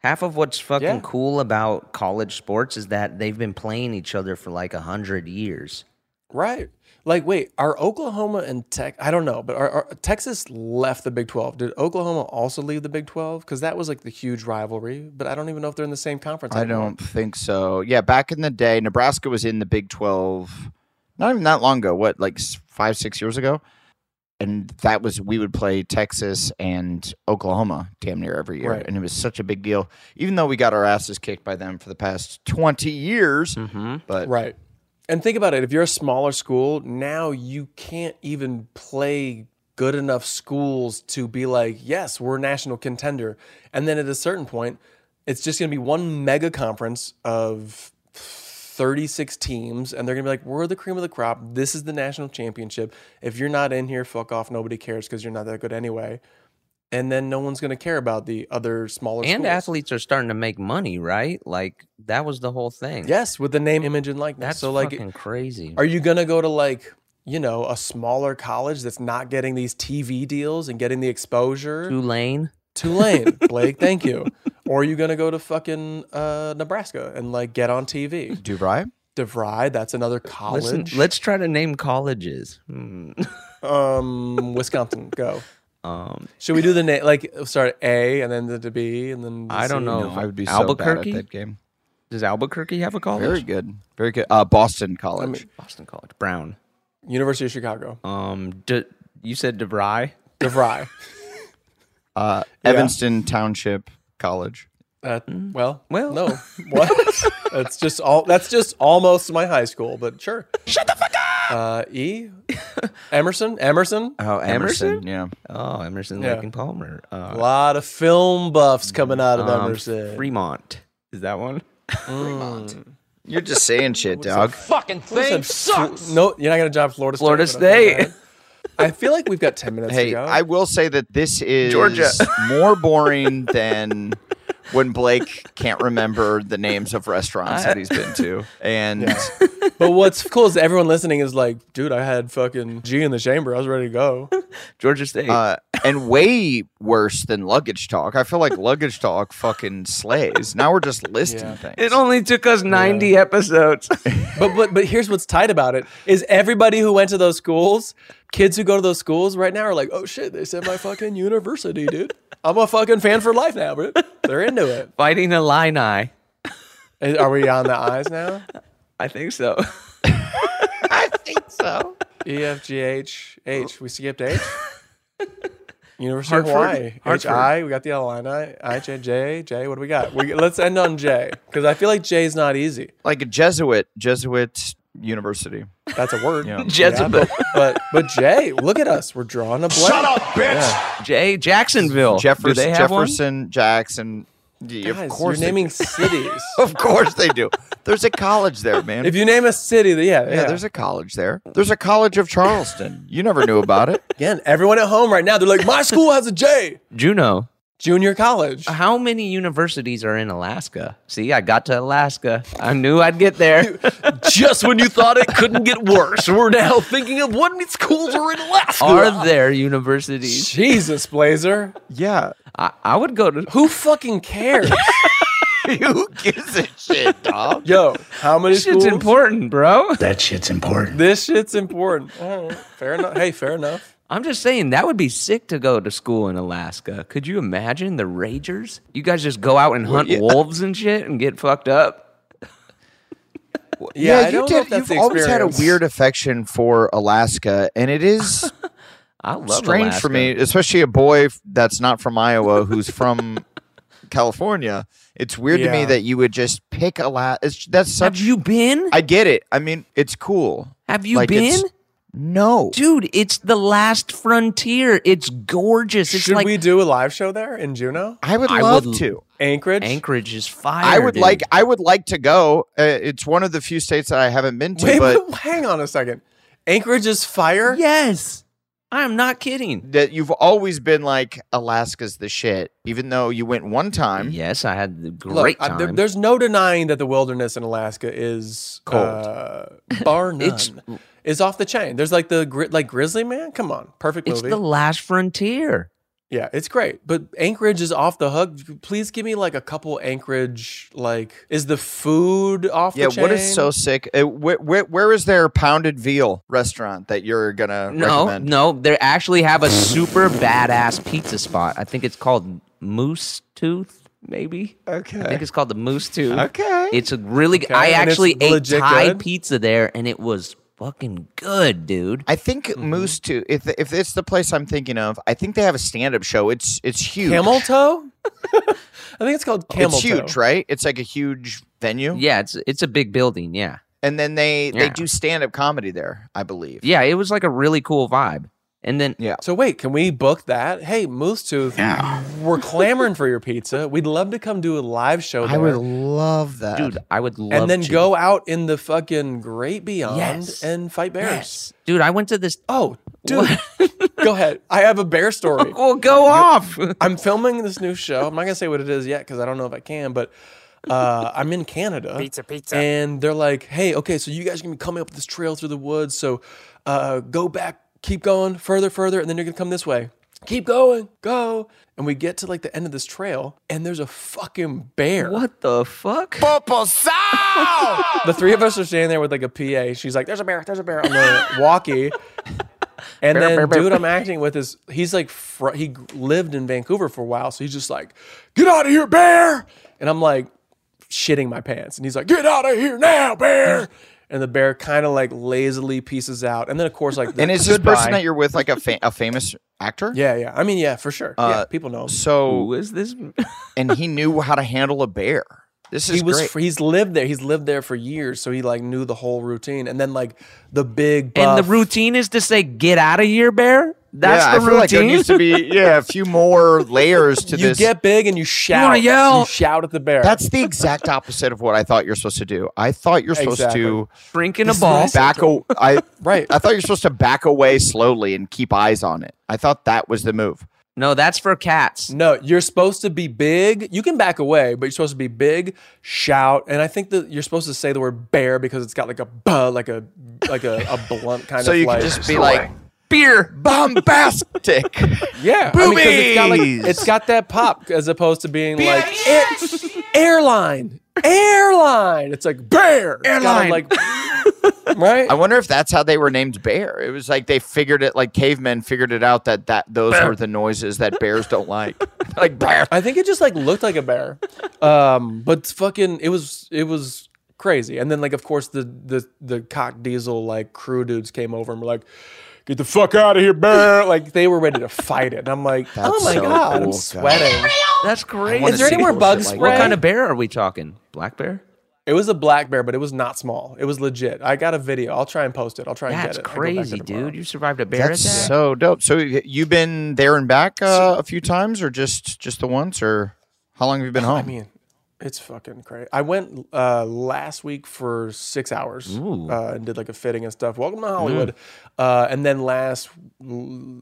Speaker 8: half of what's fucking
Speaker 3: Yeah.
Speaker 8: cool about college sports is that they've been playing each other for like a hundred years.
Speaker 3: Right. Like, wait, are Oklahoma and Tech? I don't know, but are, are- Texas left the Big Twelve? Did Oklahoma also leave the Big Twelve? Because that was like the huge rivalry. But I don't even know if they're in the same conference.
Speaker 5: I
Speaker 3: anymore.
Speaker 5: don't think so. Yeah, back in the day, Nebraska was in the Big 12 not even that long ago. What, like s- five, six years ago? And that was, we would play Texas and Oklahoma damn near every year.
Speaker 3: Right.
Speaker 5: And it was such a big deal, even though we got our asses kicked by them for the past 20 years. But
Speaker 3: Right. And think about it. If you're a smaller school now, you can't even play good enough schools to be like, yes, we're a national contender. And then at a certain point, it's just going to be one mega conference of 36 teams, and they're going to be like, we're the cream of the crop. This is the national championship. If you're not in here, fuck off. Nobody cares because you're not that good anyway. and then no one's going to care about the other smaller
Speaker 8: and
Speaker 3: schools.
Speaker 8: athletes are starting to make money, right? Like that was the whole thing.
Speaker 3: Yes, with the name, image, and likeness.
Speaker 8: That's
Speaker 3: so like,
Speaker 8: fucking crazy.
Speaker 3: Are you gonna go to like you know a smaller college that's not getting these TV deals and getting the exposure?
Speaker 8: Tulane,
Speaker 3: Tulane, Blake, thank you. Or are you gonna go to fucking uh, Nebraska and like get on TV?
Speaker 5: DeVry,
Speaker 3: DeVry, that's another
Speaker 8: Listen,
Speaker 3: college.
Speaker 8: let's try to name colleges. Hmm.
Speaker 3: um, Wisconsin, go.
Speaker 8: Um,
Speaker 3: Should we do the name? Like, start A and then the B and then
Speaker 8: I don't
Speaker 3: C?
Speaker 8: know. if
Speaker 5: so
Speaker 8: Albuquerque
Speaker 5: bad at that game.
Speaker 8: Does Albuquerque have a college?
Speaker 5: Very good, very good. Uh, Boston College.
Speaker 8: Boston College, Brown.
Speaker 3: University of Chicago,
Speaker 8: Um, D- you said DeVry.
Speaker 3: DeVry.
Speaker 5: uh,
Speaker 3: Yeah.
Speaker 5: Evanston Township College.
Speaker 3: Uh, well,
Speaker 8: well,
Speaker 3: no. What? that's just all. That's just almost my high school, but sure. Shut the fuck up. Uh, e. Emerson. Emerson.
Speaker 5: Oh,
Speaker 8: Emerson?
Speaker 5: Yeah.
Speaker 8: Oh, Emerson
Speaker 3: Yeah.
Speaker 8: Lake and Palmer. Uh,
Speaker 3: A lot of film buffs coming out of
Speaker 8: um,
Speaker 3: Emerson.
Speaker 8: Fremont. Is that one?
Speaker 3: Fremont.
Speaker 5: You're just saying shit, dog.
Speaker 3: Fucking thing sucks. No, you're not gonna drop Florida State.
Speaker 5: Florida
Speaker 3: but
Speaker 5: State.
Speaker 3: okay, all right. I feel like we've got ten minutes
Speaker 5: Hey,
Speaker 3: to go.
Speaker 5: I will say that this is
Speaker 3: Georgia.
Speaker 5: more boring than when Blake can't remember the names of restaurants that he's been to. And
Speaker 3: but what's cool is everyone listening is like, dude, I had fucking G in the chamber. I was ready to go.
Speaker 8: Georgia State.
Speaker 5: uh, and way worse than luggage talk. I feel like luggage talk fucking slays. Now we're just listing things.
Speaker 8: It only took us 90 episodes.
Speaker 3: but but but here's what's tight about it is everybody who went to those schools, kids who go to those schools right now are like, oh shit, they said my fucking university, dude. I'm a fucking fan for life now, bro. They're into it.
Speaker 8: Fighting Illini.
Speaker 3: Is- Are we on the eyes now?
Speaker 8: I think so.
Speaker 5: I think so.
Speaker 3: E F G H H. We skipped H. University
Speaker 8: Hartford.
Speaker 3: of Hawaii. H
Speaker 8: Hartford.
Speaker 3: I. We got the Illini. I J J J. What do we got? We, let's end on J because I feel like J is not easy.
Speaker 5: Like a Jesuit, Jesuit university.
Speaker 3: That's a word.
Speaker 5: Yeah.
Speaker 8: Jesuit.
Speaker 3: but, but but Jay, look at us. We're drawing a blank. Shut up, bitch.
Speaker 8: Jay Jacksonville.
Speaker 5: Jefferson,
Speaker 8: Do they have one?
Speaker 5: Jefferson, Jackson. Yeah,
Speaker 3: Guys,
Speaker 5: of course,
Speaker 3: you're
Speaker 5: they
Speaker 3: naming
Speaker 5: do.
Speaker 3: cities.
Speaker 5: of course they do. There's a college there, man.
Speaker 3: If you name a city, then yeah, yeah.
Speaker 5: yeah, there's a college there. There's a college of Charleston. You never knew about it.
Speaker 3: Again, everyone at home right now, they're like, my school has a J.
Speaker 8: Juno.
Speaker 3: Junior college.
Speaker 8: How many universities are in Alaska? See, I got to Alaska. I knew I'd get there.
Speaker 3: Just when you thought it couldn't get worse, we're now thinking of what
Speaker 11: Schools are in Alaska.
Speaker 8: Are there universities?
Speaker 3: Jesus, Blazer.
Speaker 5: Yeah.
Speaker 8: I, I would go to.
Speaker 3: Who fucking cares?
Speaker 5: Who gives a shit, dog?
Speaker 3: Yo, how many
Speaker 8: This shit's
Speaker 3: schools?
Speaker 8: important, bro.
Speaker 3: This shit's important. All right, fair enough. Hey, fair enough.
Speaker 8: I'm just saying that would be sick to go to school in Alaska. Could you imagine the Ragers? You guys just go out and hunt
Speaker 5: yeah.
Speaker 8: wolves and shit and get fucked up.
Speaker 3: Yeah, I
Speaker 5: you
Speaker 3: don't know if that's
Speaker 5: You've
Speaker 3: the
Speaker 5: always had a
Speaker 3: experience.
Speaker 5: weird affection for Alaska, and it is
Speaker 8: I love
Speaker 5: strange
Speaker 8: Alaska.
Speaker 5: for me, especially a boy f- that's not from Iowa who's from California. It's weird to me
Speaker 3: Yeah.
Speaker 5: that you would just pick Alaska. That's
Speaker 8: Have
Speaker 5: such.
Speaker 8: you been?
Speaker 5: I get it. I mean, it's cool.
Speaker 8: Have you
Speaker 5: Like, it's-
Speaker 8: been?
Speaker 5: No.
Speaker 8: Dude, it's the last frontier. It's gorgeous. It's
Speaker 3: Should
Speaker 8: like
Speaker 3: we do a live show there in Juneau?
Speaker 5: I would
Speaker 8: I
Speaker 5: love
Speaker 8: would l-
Speaker 5: to.
Speaker 3: Anchorage?
Speaker 8: Anchorage is fire.
Speaker 5: I would
Speaker 8: dude.
Speaker 5: like. I would like to go. Uh, it's one of the few states that I haven't been to,
Speaker 3: Wait,
Speaker 5: but
Speaker 3: wait, hang on a second. Anchorage is fire?
Speaker 8: Yes. I'm not kidding.
Speaker 5: that you've always been like Alaska's the shit, even though you went one time.
Speaker 8: Yes, I had the great
Speaker 3: Look, I-
Speaker 8: time.
Speaker 3: there- there's no denying that the wilderness in Alaska is
Speaker 5: Cold.
Speaker 3: uh, bar none.
Speaker 8: It's-
Speaker 3: it's, off the chain. There's like the gri- like Grizzly Man. Come on, perfect
Speaker 8: it's
Speaker 3: movie.
Speaker 8: the last frontier.
Speaker 3: yeah, it's great. But Anchorage is off the hook. Please give me like a couple Anchorage. Like, is the food off?
Speaker 5: Yeah,
Speaker 3: the chain?
Speaker 5: what is so sick? Uh, wh- wh- where is their pounded veal restaurant that you're gonna
Speaker 8: No,
Speaker 5: recommend?
Speaker 8: no, they actually have a super badass pizza spot. I think it's called Moose Tooth, maybe. Okay. I think it's called the Moose Tooth.
Speaker 5: Okay.
Speaker 8: It's a really.
Speaker 3: Okay,
Speaker 8: I
Speaker 3: and it's
Speaker 8: actually ate
Speaker 3: legit
Speaker 8: Thai
Speaker 3: good?
Speaker 8: pizza there, and it was fucking good, dude.
Speaker 5: I think
Speaker 8: Mm-hmm.
Speaker 5: Moose Tooth. If if it's the place I'm thinking of, I think they have a stand-up show. It's it's huge.
Speaker 3: Camel toe. I think it's called camel
Speaker 5: It's huge,
Speaker 3: toe.
Speaker 5: right? It's like a huge venue.
Speaker 8: Yeah, it's it's a big building. Yeah,
Speaker 5: And then they they
Speaker 8: Yeah.
Speaker 5: do stand-up comedy there, I believe.
Speaker 8: yeah, it was like a really cool vibe. And then
Speaker 5: Yeah.
Speaker 3: So wait, can we book that? Hey, Moose Tooth, we're clamoring for your pizza. We'd love to come do a live show.
Speaker 5: I would
Speaker 3: there.
Speaker 5: love that.
Speaker 8: dude, I would love
Speaker 3: and then
Speaker 8: to.
Speaker 3: go out in the fucking great beyond
Speaker 8: Yes.
Speaker 3: and fight bears.
Speaker 8: Yes. Dude, I went to this
Speaker 3: Oh, Dude, go ahead. I have a bear story.
Speaker 8: Well, oh, go off.
Speaker 3: I'm filming this new show. I'm not gonna say what it is yet because I don't know if I can, but uh, I'm in Canada.
Speaker 12: Pizza, pizza.
Speaker 3: And they're like, hey, okay, so you guys are gonna be coming up this trail through the woods. So uh, go back, keep going further, further, and then you're gonna come this way. Keep going, go. And we get to like the end of this trail, and there's a fucking bear.
Speaker 8: What the fuck?
Speaker 3: the three of us are standing there with like a PA. She's like, "There's a bear, there's a bear on the walkie." And
Speaker 12: Bear,
Speaker 3: then,
Speaker 12: bear, bear,
Speaker 3: dude,
Speaker 12: bear.
Speaker 3: I'm acting with is he's like fr- he lived in Vancouver for a while, so he's just like, "Get out of here, bear!" And I'm like shitting my pants, and he's like, "Get out of here now, bear!" And the bear kind of like lazily pieces out, and then of course like, the-
Speaker 5: And is this person
Speaker 3: Goodbye.
Speaker 5: that you're with like a fa- a famous actor?
Speaker 3: Yeah, yeah. I mean, yeah, for sure.
Speaker 12: Uh,
Speaker 3: yeah, people know.
Speaker 5: So
Speaker 3: Who
Speaker 8: is this?
Speaker 5: and he knew how to handle a bear. This is
Speaker 3: he was
Speaker 5: great.
Speaker 3: fr- he's lived there. He's lived there for years, so he like knew the whole routine. And then like the big
Speaker 8: And the
Speaker 3: buff-
Speaker 8: routine is to say, "Get out of here, bear." That's
Speaker 5: yeah,
Speaker 8: the
Speaker 5: I
Speaker 8: routine.
Speaker 5: feel like there needs to be yeah a few more layers to
Speaker 3: you
Speaker 5: this.
Speaker 3: get big and you shout.
Speaker 5: wanna yell?
Speaker 3: You shout at the bear.
Speaker 5: That's the exact opposite of what I thought you're supposed to do. I thought you're supposed
Speaker 3: Exactly.
Speaker 5: to
Speaker 8: Shrink in a This is ball. what I
Speaker 5: Back a, I
Speaker 3: right.
Speaker 5: I thought you're supposed to back away slowly and keep eyes on it. I thought that was the move.
Speaker 8: No, that's for cats.
Speaker 3: No, you're supposed to be big. You can back away, but you're supposed to be big, shout, and I think that you're supposed to say the word bear because it's got like a buh, like a like a, a blunt kind
Speaker 5: So
Speaker 3: of.
Speaker 5: you
Speaker 3: like,
Speaker 5: can just be like
Speaker 8: beer
Speaker 5: bombastic.
Speaker 3: yeah, I mean, 'cause it's got like-
Speaker 5: Boobies!
Speaker 3: it's got that pop as opposed to being like "Air- airline, airline. It's like bear, It's got a,
Speaker 5: Airline.
Speaker 3: like right?
Speaker 5: I wonder if that's how they were named bear. It was like they figured it, like cavemen figured it out that that those
Speaker 3: Bear.
Speaker 5: were the noises that bears don't like, like bear.
Speaker 3: I think it just like looked like a bear. Um, but fucking, it was it was crazy. And then like, of course, the the the cock diesel like crew dudes came over and were like, "Get the fuck out of here, bear!" Like they were ready to fight it. And I'm like, "Oh
Speaker 8: That's
Speaker 3: my
Speaker 8: so
Speaker 3: god,
Speaker 8: cool,
Speaker 3: I'm
Speaker 8: guys.
Speaker 3: sweating."
Speaker 8: That's great.
Speaker 3: wanna Is there see any more cool bug shit like spray?
Speaker 8: What kind of bear are we talking? Black bear?
Speaker 3: It was a black bear, but it was not small. It was legit. I got a video. I'll try and post it. I'll try and
Speaker 8: That's
Speaker 3: get it. I go back
Speaker 8: crazy, dude. You survived a bear
Speaker 5: That's
Speaker 8: attack.
Speaker 5: so dope. So y- you've been there and back uh, a few times, or just just the once, or how long have you been home?
Speaker 3: I mean, it's fucking crazy. I went uh, last week for six hours uh, and did like a fitting and stuff. Welcome to
Speaker 8: Mm.
Speaker 3: Hollywood. Uh, and then last,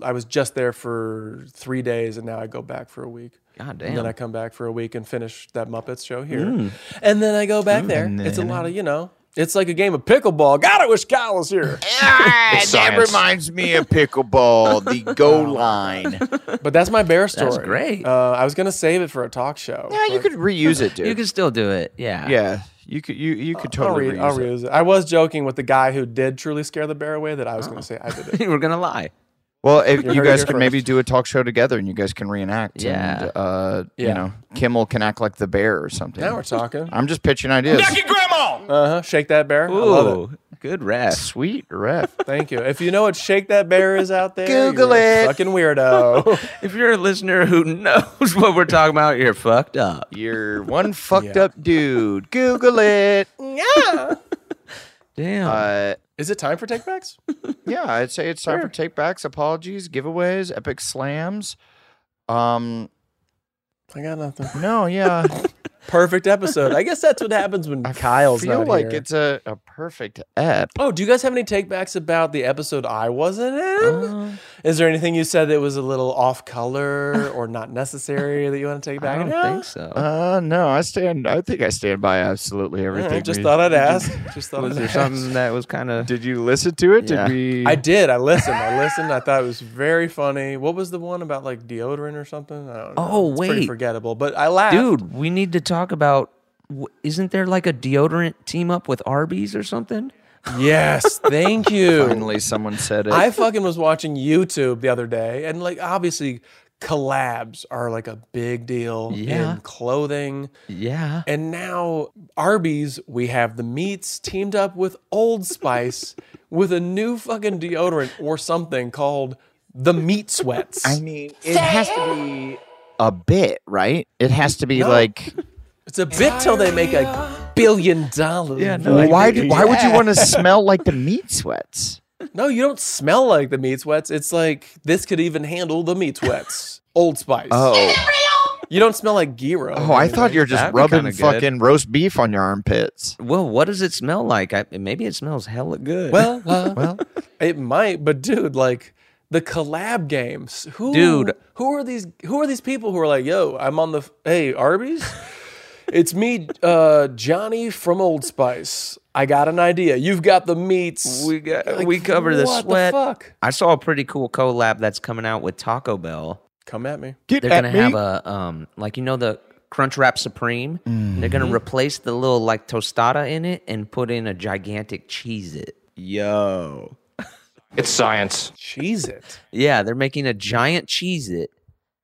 Speaker 3: I was just there for three days, and now I go back for a week.
Speaker 8: God
Speaker 3: And
Speaker 8: damn.
Speaker 3: then I come back for a week and finish that Muppets show here,
Speaker 8: Mm.
Speaker 3: and then I go back there.
Speaker 8: And
Speaker 3: it's a
Speaker 8: then-
Speaker 3: lot of you know. It's like a game of pickleball. God, I wish Kyle was here.
Speaker 5: And that reminds me of pickleball, the go line.
Speaker 3: But that's my bear story.
Speaker 8: great.
Speaker 3: Uh, I was gonna save it for a talk show.
Speaker 5: Yeah, you
Speaker 3: but-
Speaker 5: could reuse it, dude.
Speaker 8: You can still do it. Yeah.
Speaker 5: yeah, you could you you could totally
Speaker 3: Uh, I'll,
Speaker 5: reuse it.
Speaker 3: read, I'll reuse it. I was joking with the guy who did truly scare the bear away that I was going to say I did it.
Speaker 8: you were gonna lie.
Speaker 5: Well, if
Speaker 3: You
Speaker 5: you
Speaker 3: heard it
Speaker 5: guys
Speaker 3: here
Speaker 5: could maybe do a talk show together, and you guys can reenact.
Speaker 3: Yeah.
Speaker 5: and, uh,
Speaker 3: Yeah.
Speaker 5: you know, Kimmel can act like the bear or something.
Speaker 3: Now we're talking.
Speaker 5: I'm just pitching ideas.
Speaker 3: Grandma. Uh huh. Shake that bear. I love it.
Speaker 8: good ref.
Speaker 5: Sweet ref.
Speaker 3: Thank you. If you know what shake that bear is out there,
Speaker 8: Google
Speaker 3: you're a
Speaker 8: it.
Speaker 3: Fucking weirdo.
Speaker 8: If you're a listener who knows what we're talking about, you're fucked up.
Speaker 5: You're one fucked up dude. Google it.
Speaker 3: yeah.
Speaker 8: Damn.
Speaker 5: Uh,
Speaker 3: Is it time for takebacks?
Speaker 5: yeah, I'd say it's time for take backs, apologies, giveaways, epic slams. Um,
Speaker 3: I got nothing.
Speaker 5: No, yeah.
Speaker 3: Perfect episode. I guess that's what happens when Kyle's
Speaker 5: feel
Speaker 3: not
Speaker 5: like
Speaker 3: here.
Speaker 5: it's a, a perfect ep.
Speaker 3: Oh, do you guys have any takebacks about the episode I wasn't in? Is there anything you said that was a little off color or not necessary that you want to take back?
Speaker 8: I
Speaker 3: now?
Speaker 8: don't think so.
Speaker 5: Uh, no, I stand. I think I stand by absolutely everything.
Speaker 3: Alright, Eh, just
Speaker 5: we-
Speaker 3: thought I'd ask. Just thought
Speaker 8: was there
Speaker 3: I'd ask.
Speaker 8: something that was kind of?
Speaker 5: Did you listen to it?
Speaker 8: Yeah.
Speaker 5: Did we?
Speaker 3: I did. I listened. I listened. I thought it was very funny. What was the one about like deodorant or something? I don't know.
Speaker 8: Oh,
Speaker 3: It's pretty
Speaker 8: wait.
Speaker 3: forgettable. But I laughed.
Speaker 8: Dude, we need to talk about. w- Isn't there like a deodorant team up with Arby's or something?
Speaker 3: Yes, thank you.
Speaker 5: Finally, someone said it.
Speaker 3: I fucking was watching YouTube the other day, and like obviously collabs are like a big deal
Speaker 8: Yeah.
Speaker 3: in clothing.
Speaker 8: Yeah.
Speaker 3: And now Arby's, we have the meats teamed up with Old Spice with a new fucking deodorant or something called the meat sweats.
Speaker 5: I mean, it has to be a bit, right? It has to be like.
Speaker 3: It's a bit till they make a billion dollars. Yeah,
Speaker 5: why? do- why would you want to smell like the meat sweats?
Speaker 3: No, you don't smell like the meat sweats. It's like this could even handle the meat sweats. Old Spice.
Speaker 5: Oh,
Speaker 3: You don't smell like gyro.
Speaker 5: oh! I thought you were just
Speaker 8: That'd be
Speaker 5: rubbing
Speaker 8: kinda good.
Speaker 5: fucking roast beef on your armpits.
Speaker 8: Well, what does it smell like? I, maybe it smells hella good.
Speaker 3: Well, uh,
Speaker 5: Well,
Speaker 3: it might, but dude, like the collab games. Who,
Speaker 8: Dude.
Speaker 3: who are these? Who are these people who are like, yo, I'm on the hey Arby's. it's me, uh, Johnny from Old Spice. I got an idea. You've got the meats.
Speaker 8: We got we cover the
Speaker 3: what the
Speaker 8: sweat.
Speaker 3: fuck?
Speaker 8: I saw a pretty cool collab that's coming out with Taco Bell.
Speaker 3: Come at me.
Speaker 8: they're
Speaker 3: at
Speaker 8: gonna
Speaker 3: me.
Speaker 8: have a um like you know the Crunchwrap Supreme. They're gonna replace the little like tostada in it and put in a gigantic cheese it. Yo.
Speaker 12: It's science.
Speaker 3: Cheese it.
Speaker 8: Yeah, they're making a giant cheese it.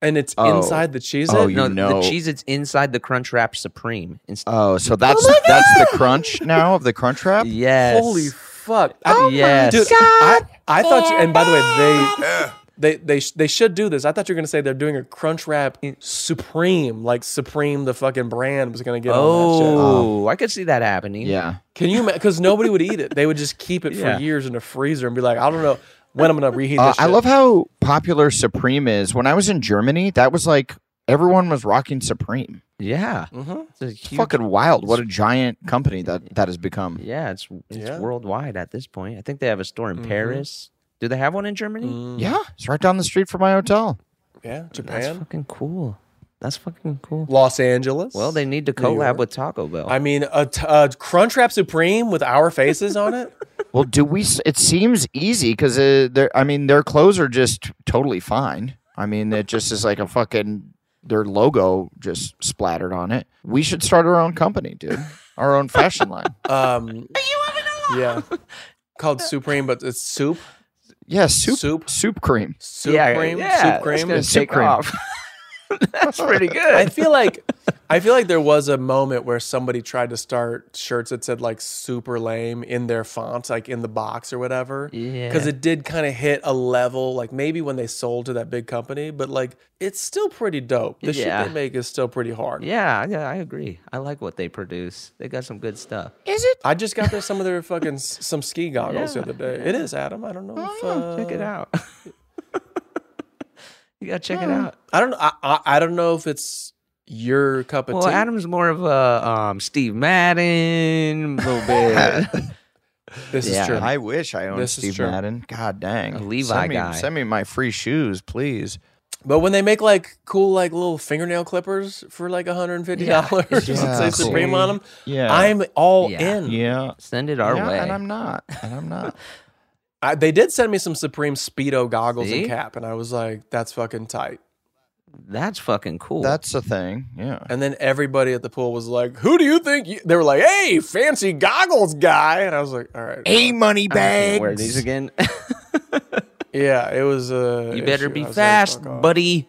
Speaker 3: And it's Oh. inside the Cheez-It? Oh, you
Speaker 8: no,
Speaker 3: know.
Speaker 8: the cheese it's inside the Crunchwrap Supreme. Instead
Speaker 5: Oh, so that's that's the crunch now of the crunch wrap.
Speaker 8: Yes.
Speaker 3: Holy fuck!
Speaker 8: Oh my Yes.
Speaker 3: dude, I, I thought. You, and by the way, they they they sh- they should do this. I thought you were gonna say they're doing a crunch wrap supreme, like Supreme, the fucking brand was gonna get. on that shit. Um,
Speaker 8: Oh, I could see that happening.
Speaker 5: Yeah.
Speaker 3: Can you? Because nobody would eat it. They would just keep it
Speaker 8: Yeah.
Speaker 3: for years in the freezer and be like, I don't know when I'm gonna reheat.
Speaker 5: Uh,
Speaker 3: this
Speaker 5: I
Speaker 3: shit.
Speaker 5: love how popular Supreme is. When I was in Germany, that was like everyone was rocking Supreme.
Speaker 8: Yeah. Mm-hmm.
Speaker 3: Mhm.
Speaker 8: It's a
Speaker 5: It's
Speaker 8: huge-
Speaker 5: fucking wild. What a giant company that that has become.
Speaker 8: Yeah, Mm-hmm. it's it's
Speaker 5: Yeah.
Speaker 8: worldwide at this point. I think they have a store in
Speaker 5: Mhm.
Speaker 8: Paris. Do they have one in Germany?
Speaker 5: Yeah, it's right down the street from my hotel.
Speaker 3: Yeah,
Speaker 8: That's fucking cool. That's fucking cool.
Speaker 3: Los Angeles.
Speaker 8: Well, they need to
Speaker 3: New
Speaker 8: collab
Speaker 3: York.
Speaker 8: with Taco Bell.
Speaker 3: I mean, a, t- a Crunchwrap Supreme with our faces on it.
Speaker 5: Well, do we? s- It seems easy because uh, they're- I mean, their clothes are just totally fine. I mean, it just is like a fucking their logo just splattered on it. We should start our own company, dude. Our own fashion line.
Speaker 3: Um, Are you Yeah, called Supreme, but it's soup.
Speaker 5: Yeah, soup, soup, soup cream,
Speaker 3: Soup cream. soup cream.
Speaker 8: that's pretty good.
Speaker 3: I feel like I feel like there was a moment where somebody tried to start shirts that said like super lame in their font, like in the box or whatever.
Speaker 8: Yeah.
Speaker 3: Because it did kind of hit a level, like maybe when they sold to that big company, but like it's still pretty dope. The
Speaker 8: Yeah.
Speaker 3: shit they make is still pretty hard.
Speaker 8: yeah, yeah, I agree. I like what they produce. They got some good stuff.
Speaker 5: Is it?
Speaker 3: I just got there some of their fucking s- some ski goggles the other day. It is Adam. I don't know. if, uh,
Speaker 8: check it out. you gotta check it
Speaker 3: Yeah.
Speaker 8: out.
Speaker 3: I don't. I, I I don't know if it's your cup of
Speaker 8: Well,
Speaker 3: tea.
Speaker 8: Adam's more of a um, Steve Madden, a little bit.
Speaker 3: This
Speaker 8: is true.
Speaker 5: I wish I owned
Speaker 8: This is
Speaker 5: Steve
Speaker 8: true.
Speaker 5: Madden. God dang,
Speaker 8: A Levi
Speaker 5: send me,
Speaker 8: guy.
Speaker 5: Send me my free shoes, please.
Speaker 3: But when they make like cool like little fingernail clippers for like $150 and say Supreme on them,
Speaker 5: Yeah.
Speaker 3: I'm all
Speaker 8: Yeah.
Speaker 3: in.
Speaker 5: Yeah.
Speaker 8: Send it our
Speaker 5: Yeah,
Speaker 8: way.
Speaker 5: and I'm not. And I'm not.
Speaker 3: I, they did send me some Supreme Speedo goggles
Speaker 8: See?
Speaker 3: and cap, and I was like, that's fucking tight.
Speaker 8: That's fucking cool.
Speaker 5: That's a thing. Yeah.
Speaker 3: And then everybody at the pool was like, who do you think? You? They were like, hey, fancy goggles guy. And I was like, all right.
Speaker 5: Hey, money
Speaker 8: can't wear these again.
Speaker 3: Yeah, it was uh,
Speaker 8: you better
Speaker 3: issue.
Speaker 8: be
Speaker 3: I was like,
Speaker 8: fast,
Speaker 3: fuck off.
Speaker 8: buddy.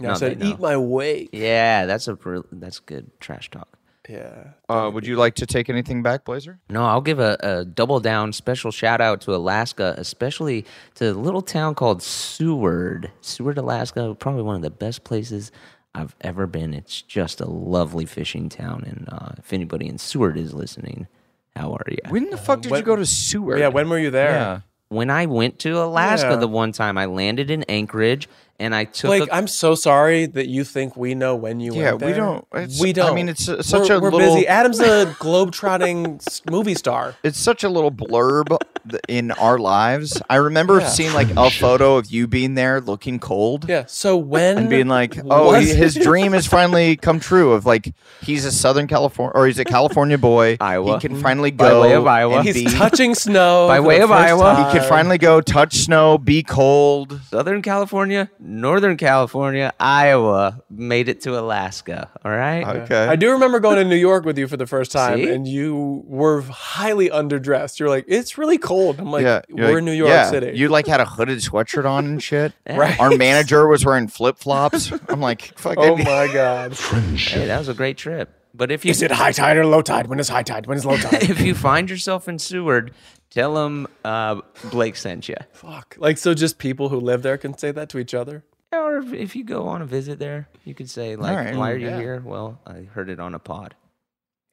Speaker 3: Yeah, I said, eat my wake.
Speaker 8: Yeah, that's a br- that's good trash talk.
Speaker 3: Yeah.
Speaker 5: Uh, would you like to take anything back, Blazer?
Speaker 8: No, I'll give a, a double down special shout out to Alaska, especially to the little town called Seward. Seward, Alaska, probably one of the best places I've ever been. It's just a lovely fishing town. And uh, if anybody in Seward is listening, how are you?
Speaker 5: When the fuck did you go to Seward?
Speaker 3: Uh, Yeah, when were you there?
Speaker 8: When I went to Alaska
Speaker 3: Yeah.
Speaker 8: the one time, I landed in Anchorage and I took
Speaker 3: Like,
Speaker 8: a-
Speaker 3: I'm so sorry that you think we know when you
Speaker 5: Yeah,
Speaker 3: went
Speaker 5: we
Speaker 3: there.
Speaker 5: don't- it's-
Speaker 3: we
Speaker 5: I
Speaker 3: don't.
Speaker 5: mean, it's a- such
Speaker 3: we're,
Speaker 5: a
Speaker 3: we're
Speaker 5: little-
Speaker 3: busy. Adam's a globetrotting s- movie star.
Speaker 5: It's such a little blurb th- in our lives. I remember
Speaker 3: Yeah.
Speaker 5: seeing like a photo of you being there looking cold.
Speaker 3: Yeah. So when
Speaker 5: And being like, oh,
Speaker 3: was
Speaker 5: he, his
Speaker 3: it?"
Speaker 5: dream has finally come true. Of like, he's a Southern California or he's a California boy. Iowa. He
Speaker 3: Mm-hmm.
Speaker 5: can finally
Speaker 8: By
Speaker 5: go
Speaker 8: way of Iowa.
Speaker 5: and
Speaker 8: He's
Speaker 5: be-
Speaker 3: touching snow
Speaker 8: By
Speaker 3: for
Speaker 8: way
Speaker 3: the
Speaker 8: of
Speaker 3: first
Speaker 8: Iowa.
Speaker 3: time.
Speaker 5: He can finally go touch snow, be cold.
Speaker 8: Southern California, Northern California, Iowa, made it to Alaska. All right.
Speaker 5: Okay.
Speaker 3: I do remember going to New York with you for the first time,
Speaker 8: See?
Speaker 3: and you were highly underdressed. You're like, it's really cold. I'm like,
Speaker 5: yeah,
Speaker 3: we're in New York City.
Speaker 5: You like had a hooded sweatshirt on and shit.
Speaker 3: Right.
Speaker 5: Our manager was wearing flip flops. I'm like, fucking.
Speaker 3: oh my god!
Speaker 8: Hey, that was a great trip. But if you
Speaker 3: Is it high tide or low tide? When is high tide? When is low tide?
Speaker 8: if you find yourself in Seward, tell them uh, Blake sent you.
Speaker 3: Fuck. Like, so just people who live there can say that to each other.
Speaker 8: Or if, if you go on a visit there, you could say like,
Speaker 5: right,
Speaker 8: "Why are you
Speaker 5: yeah.
Speaker 8: here?" Well, I heard it on a pod.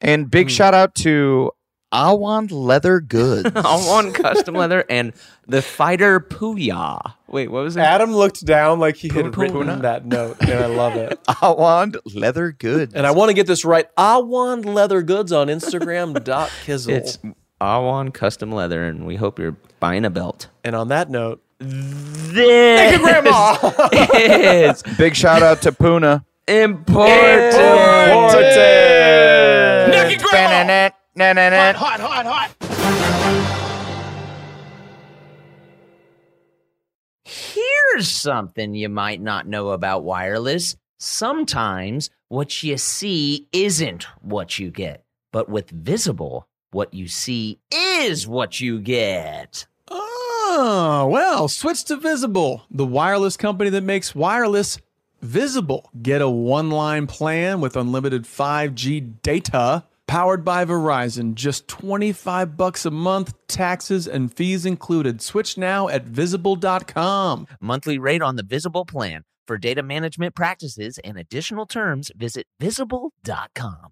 Speaker 5: And big shout out to Awan Leather Goods.
Speaker 8: I want custom leather and the fighter Puya. Wait, what was it?
Speaker 3: Adam looked down like he had
Speaker 8: Puna.
Speaker 3: written that note, and I love it.
Speaker 5: Awan Leather Goods.
Speaker 3: And I want to get this right. I want leather goods on Instagram. dot Kizzle.
Speaker 8: It's Awan custom leather, and we hope you're buying a belt.
Speaker 3: and on that note,
Speaker 1: This
Speaker 5: Thank you, Grandma.
Speaker 1: is
Speaker 5: Big shout out to Puna.
Speaker 1: important.
Speaker 5: Naked Grandma.
Speaker 11: hot, hot, hot.
Speaker 1: Here's something you might not know about wireless. Sometimes what you see isn't what you get, but with visible, what you see is what you get.
Speaker 3: Oh, well, switch to Visible, the wireless company that makes wireless visible. Get a one line plan with unlimited 5G data powered by Verizon. Just 25 bucks a month, taxes and fees included. Switch now at visible.com.
Speaker 1: Monthly rate on the visible plan. For data management practices and additional terms, visit visible.com.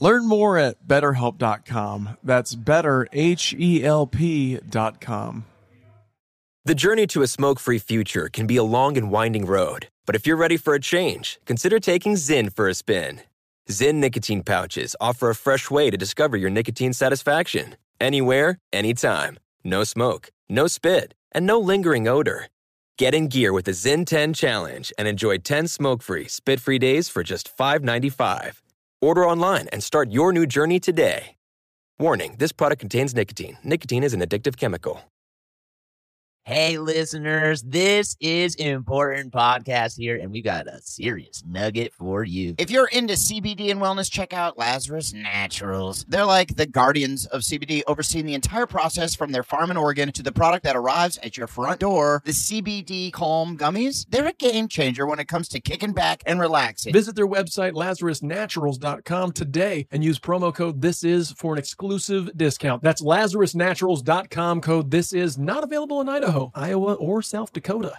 Speaker 3: Learn more at betterhelp.com. That's better, H E L P.com.
Speaker 2: The journey to a smoke free future can be a long and winding road, but if you're ready for a change, consider taking Zinn for a spin. Zinn nicotine pouches offer a fresh way to discover your nicotine satisfaction anywhere, anytime. No smoke, no spit, and no lingering odor. Get in gear with the Zinn 10 Challenge and enjoy 10 smoke free, spit free days for just $5.95. Order online and start your new journey today. Warning this product contains nicotine. Nicotine is an addictive chemical.
Speaker 1: Hey, listeners, this is Important Podcast here, and we got a serious nugget for you.
Speaker 5: If you're into CBD and wellness, check out Lazarus Naturals. They're like the guardians of CBD, overseeing the entire process from their farm in Oregon to the product that arrives at your front door. The CBD Calm Gummies, they're a game changer when it comes to kicking back and relaxing.
Speaker 3: Visit their website, LazarusNaturals.com, today and use promo code This Is for an exclusive discount. That's LazarusNaturals.com code This Is, not available in Idaho, Iowa, or South Dakota.